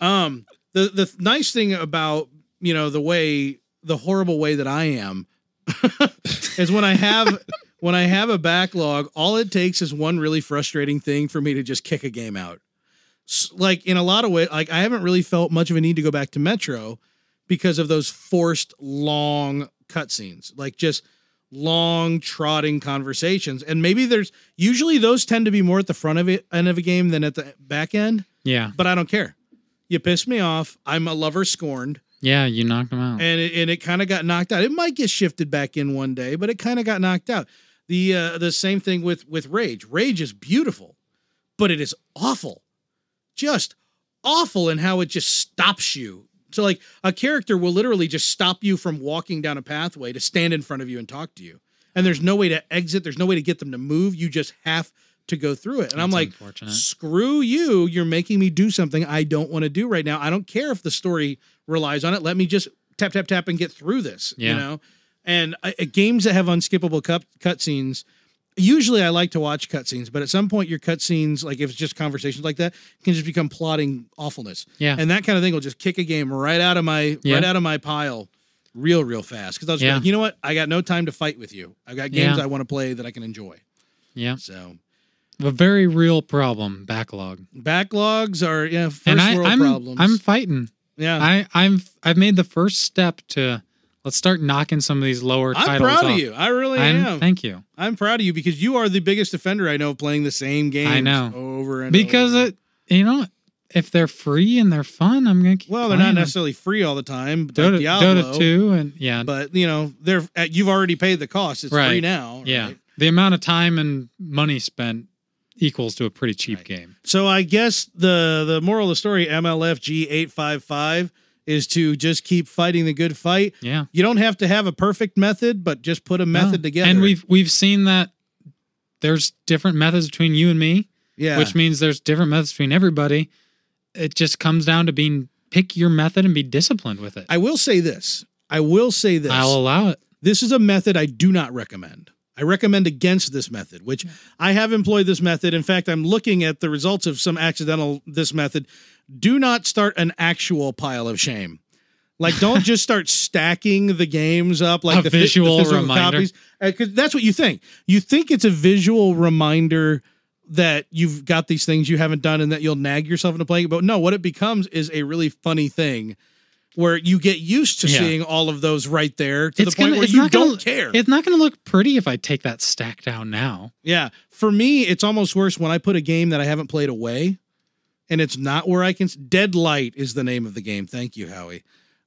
Um, the the nice thing about you know the way the horrible way that I am is when I have when I have a backlog, all it takes is one really frustrating thing for me to just kick a game out. S- Like in a lot of ways, like I haven't really felt much of a need to go back to Metro because of those forced long cutscenes, like just long trotting conversations. And maybe there's usually those tend to be more at the front of it end of a game than at the back end, Yeah. but I don't care. You piss me off. I'm a lover scorned, Yeah, you knocked them out. and it, and it kind of got knocked out. It might get shifted back in one day, but it kind of got knocked out. The uh, the same thing with with rage. Rage is beautiful, but it is awful, just awful in how it just stops you. So like a character will literally just stop you from walking down a pathway to stand in front of you and talk to you, and there's no way to exit. There's no way to get them to move. You just have to go through it. And I'm That's like, unfortunate. screw you you're making me do something i don't want to do right now i don't care if the story relies on it let me just tap tap tap and get through this you Yeah. know and uh, uh, games that have unskippable cut cutscenes usually i like to watch cutscenes but at some point your cutscenes like if it's just conversations like that can just become plotting awfulness Yeah. and that kind of thing will just kick a game right out of my Yeah. right out of my pile real real fast because i'll just be Yeah. like you know what i got no time to fight with you i've got games Yeah. i want to play that i can enjoy yeah. so A very real problem, backlog. backlogs are yeah first and I, world I'm problems I'm fighting. Yeah. I, I'm I've made the first step to let's start knocking some of these lower I'm titles. proud of off. you. I really I'm- am. Thank you. I'm proud of you because you are the biggest defender I know of playing the same game. know. over and Because over. it you know, if they're free and they're fun, I'm gonna keep well, they're not playing 'em. necessarily free all the time. Like Dota, Diablo, Dota 2 and yeah, but you know they're uh, you've already paid the cost. It's free Right. now. yeah. right? The amount of time and money spent equals to a pretty cheap Right. game. So I guess the the moral of the story, MLFG eight five five, is to just keep fighting the good fight. Yeah. You don't have to have a perfect method, but just put a method Yeah. together. And we've we've seen that there's different methods between you and me, yeah, which means there's different methods between everybody. It just comes down to being pick your method and be disciplined with it. I will say this. I will say this. I'll allow it. This is a method I do not recommend. I recommend against this method, which I have employed this method. In fact, I'm looking at the results of some accidental this method. Do not start an actual pile of shame. Like, don't just start stacking the games up like A the, fi- the visual physical reminder. copies. Uh, 'cause that's what you think. You think it's a visual reminder that you've got these things you haven't done and that you'll nag yourself into playing. it. But no, what it becomes is a really funny thing where you get used to Yeah. seeing all of those right there to It's the point gonna- where it's you not gonna- don't care. It's not going to look pretty if I take that stack down now. yeah. For me, it's almost worse when I put a game that I haven't played away and it's not where I can. Deadlight is the name of the game. Thank you, Howie.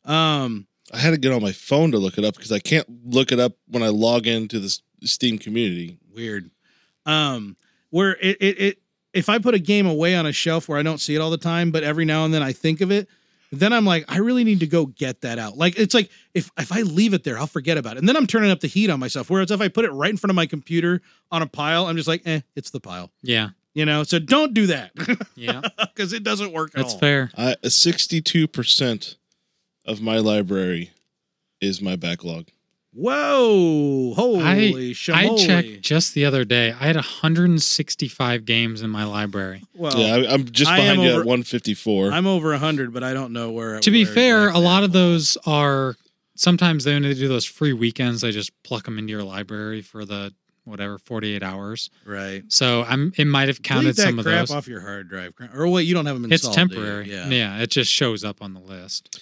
Um, I had to get on my phone to look it up because I can't look it up when I log into the S- Steam community. weird. Um, where it, it, it, if I put a game away on a shelf where I don't see it all the time, but every now and then I think of it, then I'm like, I really need to go get that out. Like, it's like if if I leave it there, I'll forget about it, and then I'm turning up the heat on myself. Whereas if I put it right in front of my computer on a pile, I'm just like, eh, it's the pile, Yeah. you know. So don't do that Yeah. because it doesn't work at That's all. fair. I sixty-two percent of my library is my backlog. Whoa, holy I shamoly. checked just the other day. I had 165 games in my library. Well, yeah, I, I'm just I am behind you over- at one fifty-four. I'm over hundred, but I don't know where. to be where fair, a exactly lot I of fall. those are sometimes they only do those free weekends. They just pluck them into your library for the whatever 48 hours. right. So I'm it might have Delete counted that some of crap those. off your hard drive. Cra- Or wait, you don't have them It's installed. do you? temporary. Yeah. Yeah. it just shows up on the list.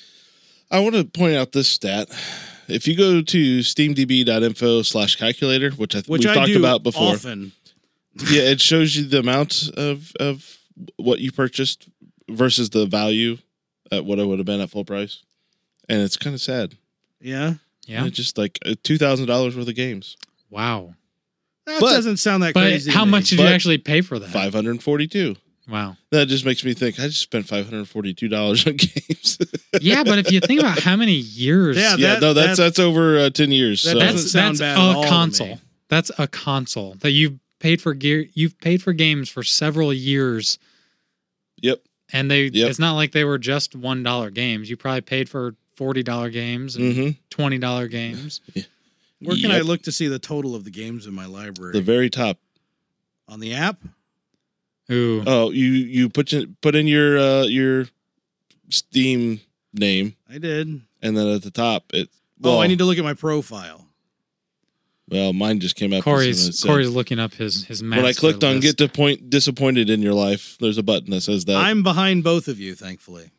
I want to point out this stat. If you go to steamdb.info slash calculator, which I Which we've I talked do about before, often. yeah, it shows you the amount of of what you purchased versus the value at what it would have been at full price, and it's kind of sad. Yeah. Yeah. It's just like uh, two thousand dollars worth of games, Wow. That But- doesn't sound that But crazy. to how me. much did you But- actually pay for that? five hundred forty-two. Wow. That just makes me think. I just spent five hundred forty-two dollars on games. Yeah, but if you think about how many years Yeah, yeah, that- no, that's that's over uh, ten years. that so. doesn't that's sound that's bad at all to me. a console. That's a console that you've paid for gear. You've paid for games for several years, yep. and they. Yep. It's not like they were just one dollar games. You probably paid for forty dollar games and Mm-hmm. twenty dollar games. Where can I Yep. look to see the total of the games in my library? The very top. On the app? Ooh, Oh, you you put your, put in your uh, your Steam name, I did. and then at the top it. oh, I need to look at my profile. Well, mine just came up. as soon as it Corey's said- Corey's looking up his his. When I master clicked on list. "Get to Point Disappointed in Your Life," there's a button that says that. I'm behind both of you, thankfully.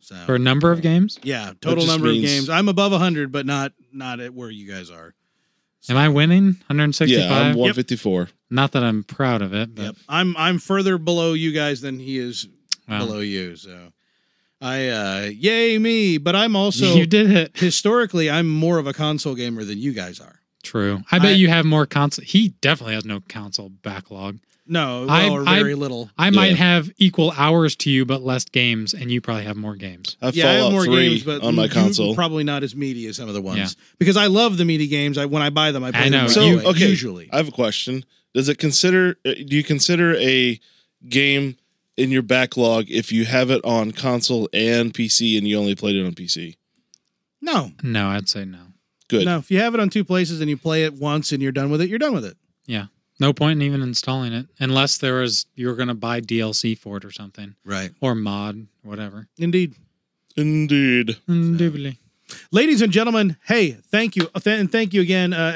So for a number of games. yeah, total just number means- of games. I'm above hundred, but not not at where you guys are. Am I winning? One hundred sixty yeah, I'm five. 154. Not that I'm proud of it, but Yep. I'm I'm further below you guys than he is well, below you. So I uh yay me, but I'm also you did it. historically I'm more of a console gamer than you guys are. True. I bet I- you have more console. He definitely has no console backlog. No, well, I'm- or I'm- very little. I might Yeah. have equal hours to you, but less games, and you probably have more games. I yeah, I have Fallout more 3 games, but on my you- console. probably not as meaty as some of the ones. Yeah. Because I love the meaty games. I when I buy them, I play I know, them. So, right away, okay. usually I have a question. Does it consider? uh, Do you consider a game in your backlog if you have it on console and PC and you only played it on PC? no, No, I'd say no. Good. no. If you have it on two places and you play it once and you're done with it, you're done with it. No point in even installing it unless there was you were going to buy DLC for it or something Right, or mod whatever. indeed. Indeed. Indubitably. ladies and gentlemen hey thank you Th- and thank you again uh,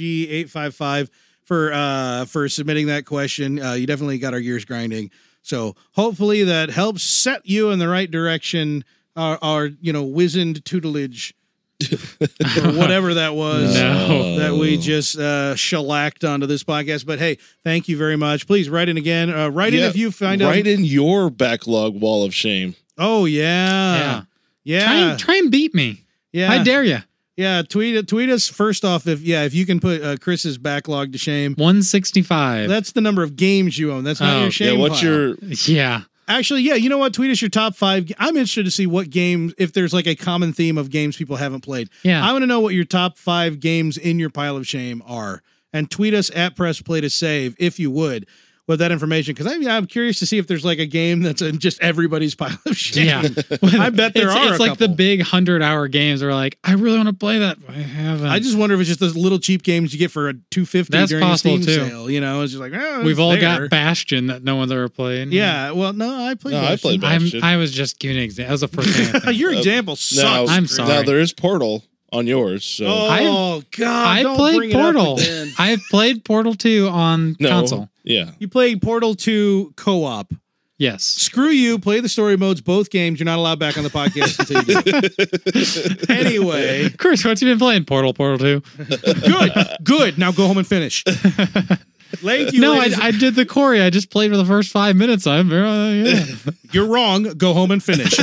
mlfg855 for uh for submitting that question uh you definitely got our gears grinding so hopefully that helps set you in the right direction our, our you know wizened tutelage or whatever that was No. that we just uh shellacked onto this podcast but hey thank you very much please write in again uh, write in Yeah, if you find out Right in your backlog wall of shame. oh yeah yeah. yeah Try and try and beat me. yeah I dare you. Yeah, tweet tweet us first off if yeah if you can put uh, Chris's backlog to shame. One sixty five. That's the number of games you own. That's not Oh, your yeah, shame. yeah. What's pile. your? Yeah. actually? Yeah, you know what? Tweet us your top five. ga- I'm interested to see what games if there's like a common theme of games people haven't played. Yeah. I want to know what your top five games in your pile of shame are, and tweet us at Press Play to Save if you would. with that information because I mean, I'm curious to see if there's like a game that's in just everybody's pile of shit. Yeah. I bet there it's, are. It's a like the couple. big hundred hour games where like I really want to play that. I haven't. I just wonder if it's just those little cheap games you get for a two fifty Hmm. That's during a possible, Steam too. sale. You know, it's just like oh, we've it's all there. got Bastion that no one's ever played. Yeah, well, no, I played. No, I Bastion. played I'm. Bastion. I was just giving an example. That was the first thing. I think. Your Uh, example sucks. I'm Drew. sorry. Now there is Portal on yours. So Oh God! I don't played bring it up Portal. again. I've played Portal Two on no, console. yeah, You played Portal Two co-op. Yes. Screw you! Play the story modes. Both games. You're not allowed back on the podcast until you do. anyway, Chris, what you been playing? Portal, Portal Two. good, good. Now go home and finish. Thank you. no, I, ladies. I did the Corey. I just played for the first five minutes. I'm very uh, yeah. You're wrong. Go home and finish.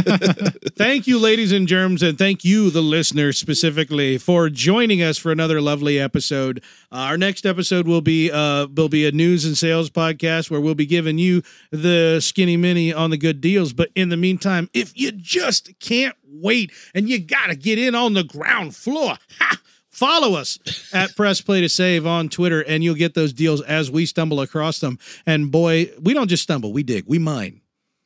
thank you, ladies and germs, and thank you, the listener, specifically for joining us for another lovely episode. Uh, our next episode will be uh, will be a news and sales podcast where we'll be giving you the skinny mini on the good deals. But in the meantime, if you just can't wait and you gotta get in on the ground floor. Ha! Follow us at Press Play to Save on Twitter, and you'll get those deals as we stumble across them. And boy, we don't just stumble, we dig, we mine.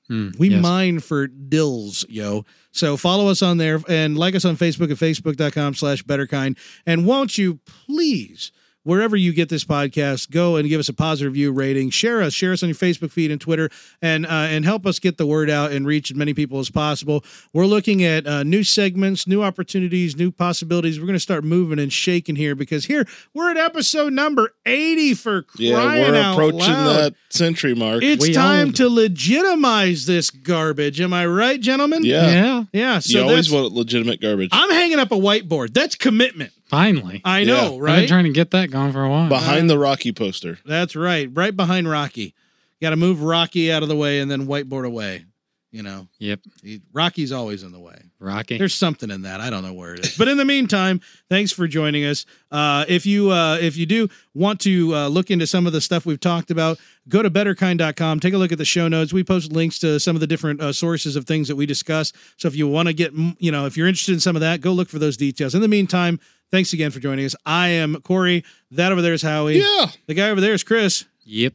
Hmm, We yes. mine for dills, yo. So follow us on there and like us on Facebook at facebook.com slash betterkind. And won't you please, wherever you get this podcast, go and give us a positive review rating. Share us, share us on your Facebook feed and Twitter, and uh, and help us get the word out and reach as many people as possible. We're looking at uh, new segments, new opportunities, new possibilities. We're going to start moving and shaking here because here we're at episode number 80 for crying yeah. We're out approaching loud. that century mark. It's We time own. to legitimize this garbage. Am I right, gentlemen? yeah. yeah. Yeah. So you always that's- want legitimate garbage I'm hanging up a whiteboard. That's commitment. Finally, I Yeah. know, I've right? been trying to get that going for a while. behind the Rocky poster. that's right. Right behind Rocky. Got to move Rocky out of the way and then whiteboard away. You know, Yep. He- Rocky's always in the way. Rocky. There's something in that. I don't know where it is. But in the meantime, thanks for joining us. Uh, if you uh, if you do want to uh, look into some of the stuff we've talked about, go to betterkind.com. Take a look at the show notes. We post links to some of the different uh, sources of things that we discuss. So if you want to get, m- you know, if you're interested in some of that, go look for those details. In the meantime, thanks again for joining us. I am Corey. That over there is Howie. Yeah. The guy over there is Chris. Yep.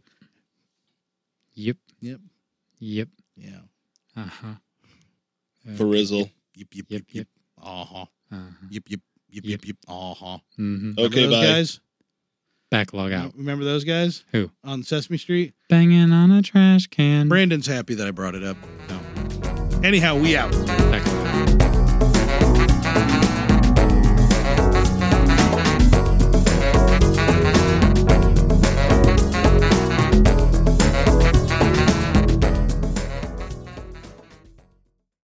Yep. Yep. Yep. Yeah. Uh huh. For Rizzle. Yep. Yep. Yep. Yep. Uh huh. Uh Yep. Yep. Yep. Yep. Yep. Uh huh. hmm Okay, those bye. guys. Backlog out. Remember those guys? Who? on Sesame Street. Banging on a trash can. Brandon's happy that I Oh. brought it up. Anyhow, we out. Backlog.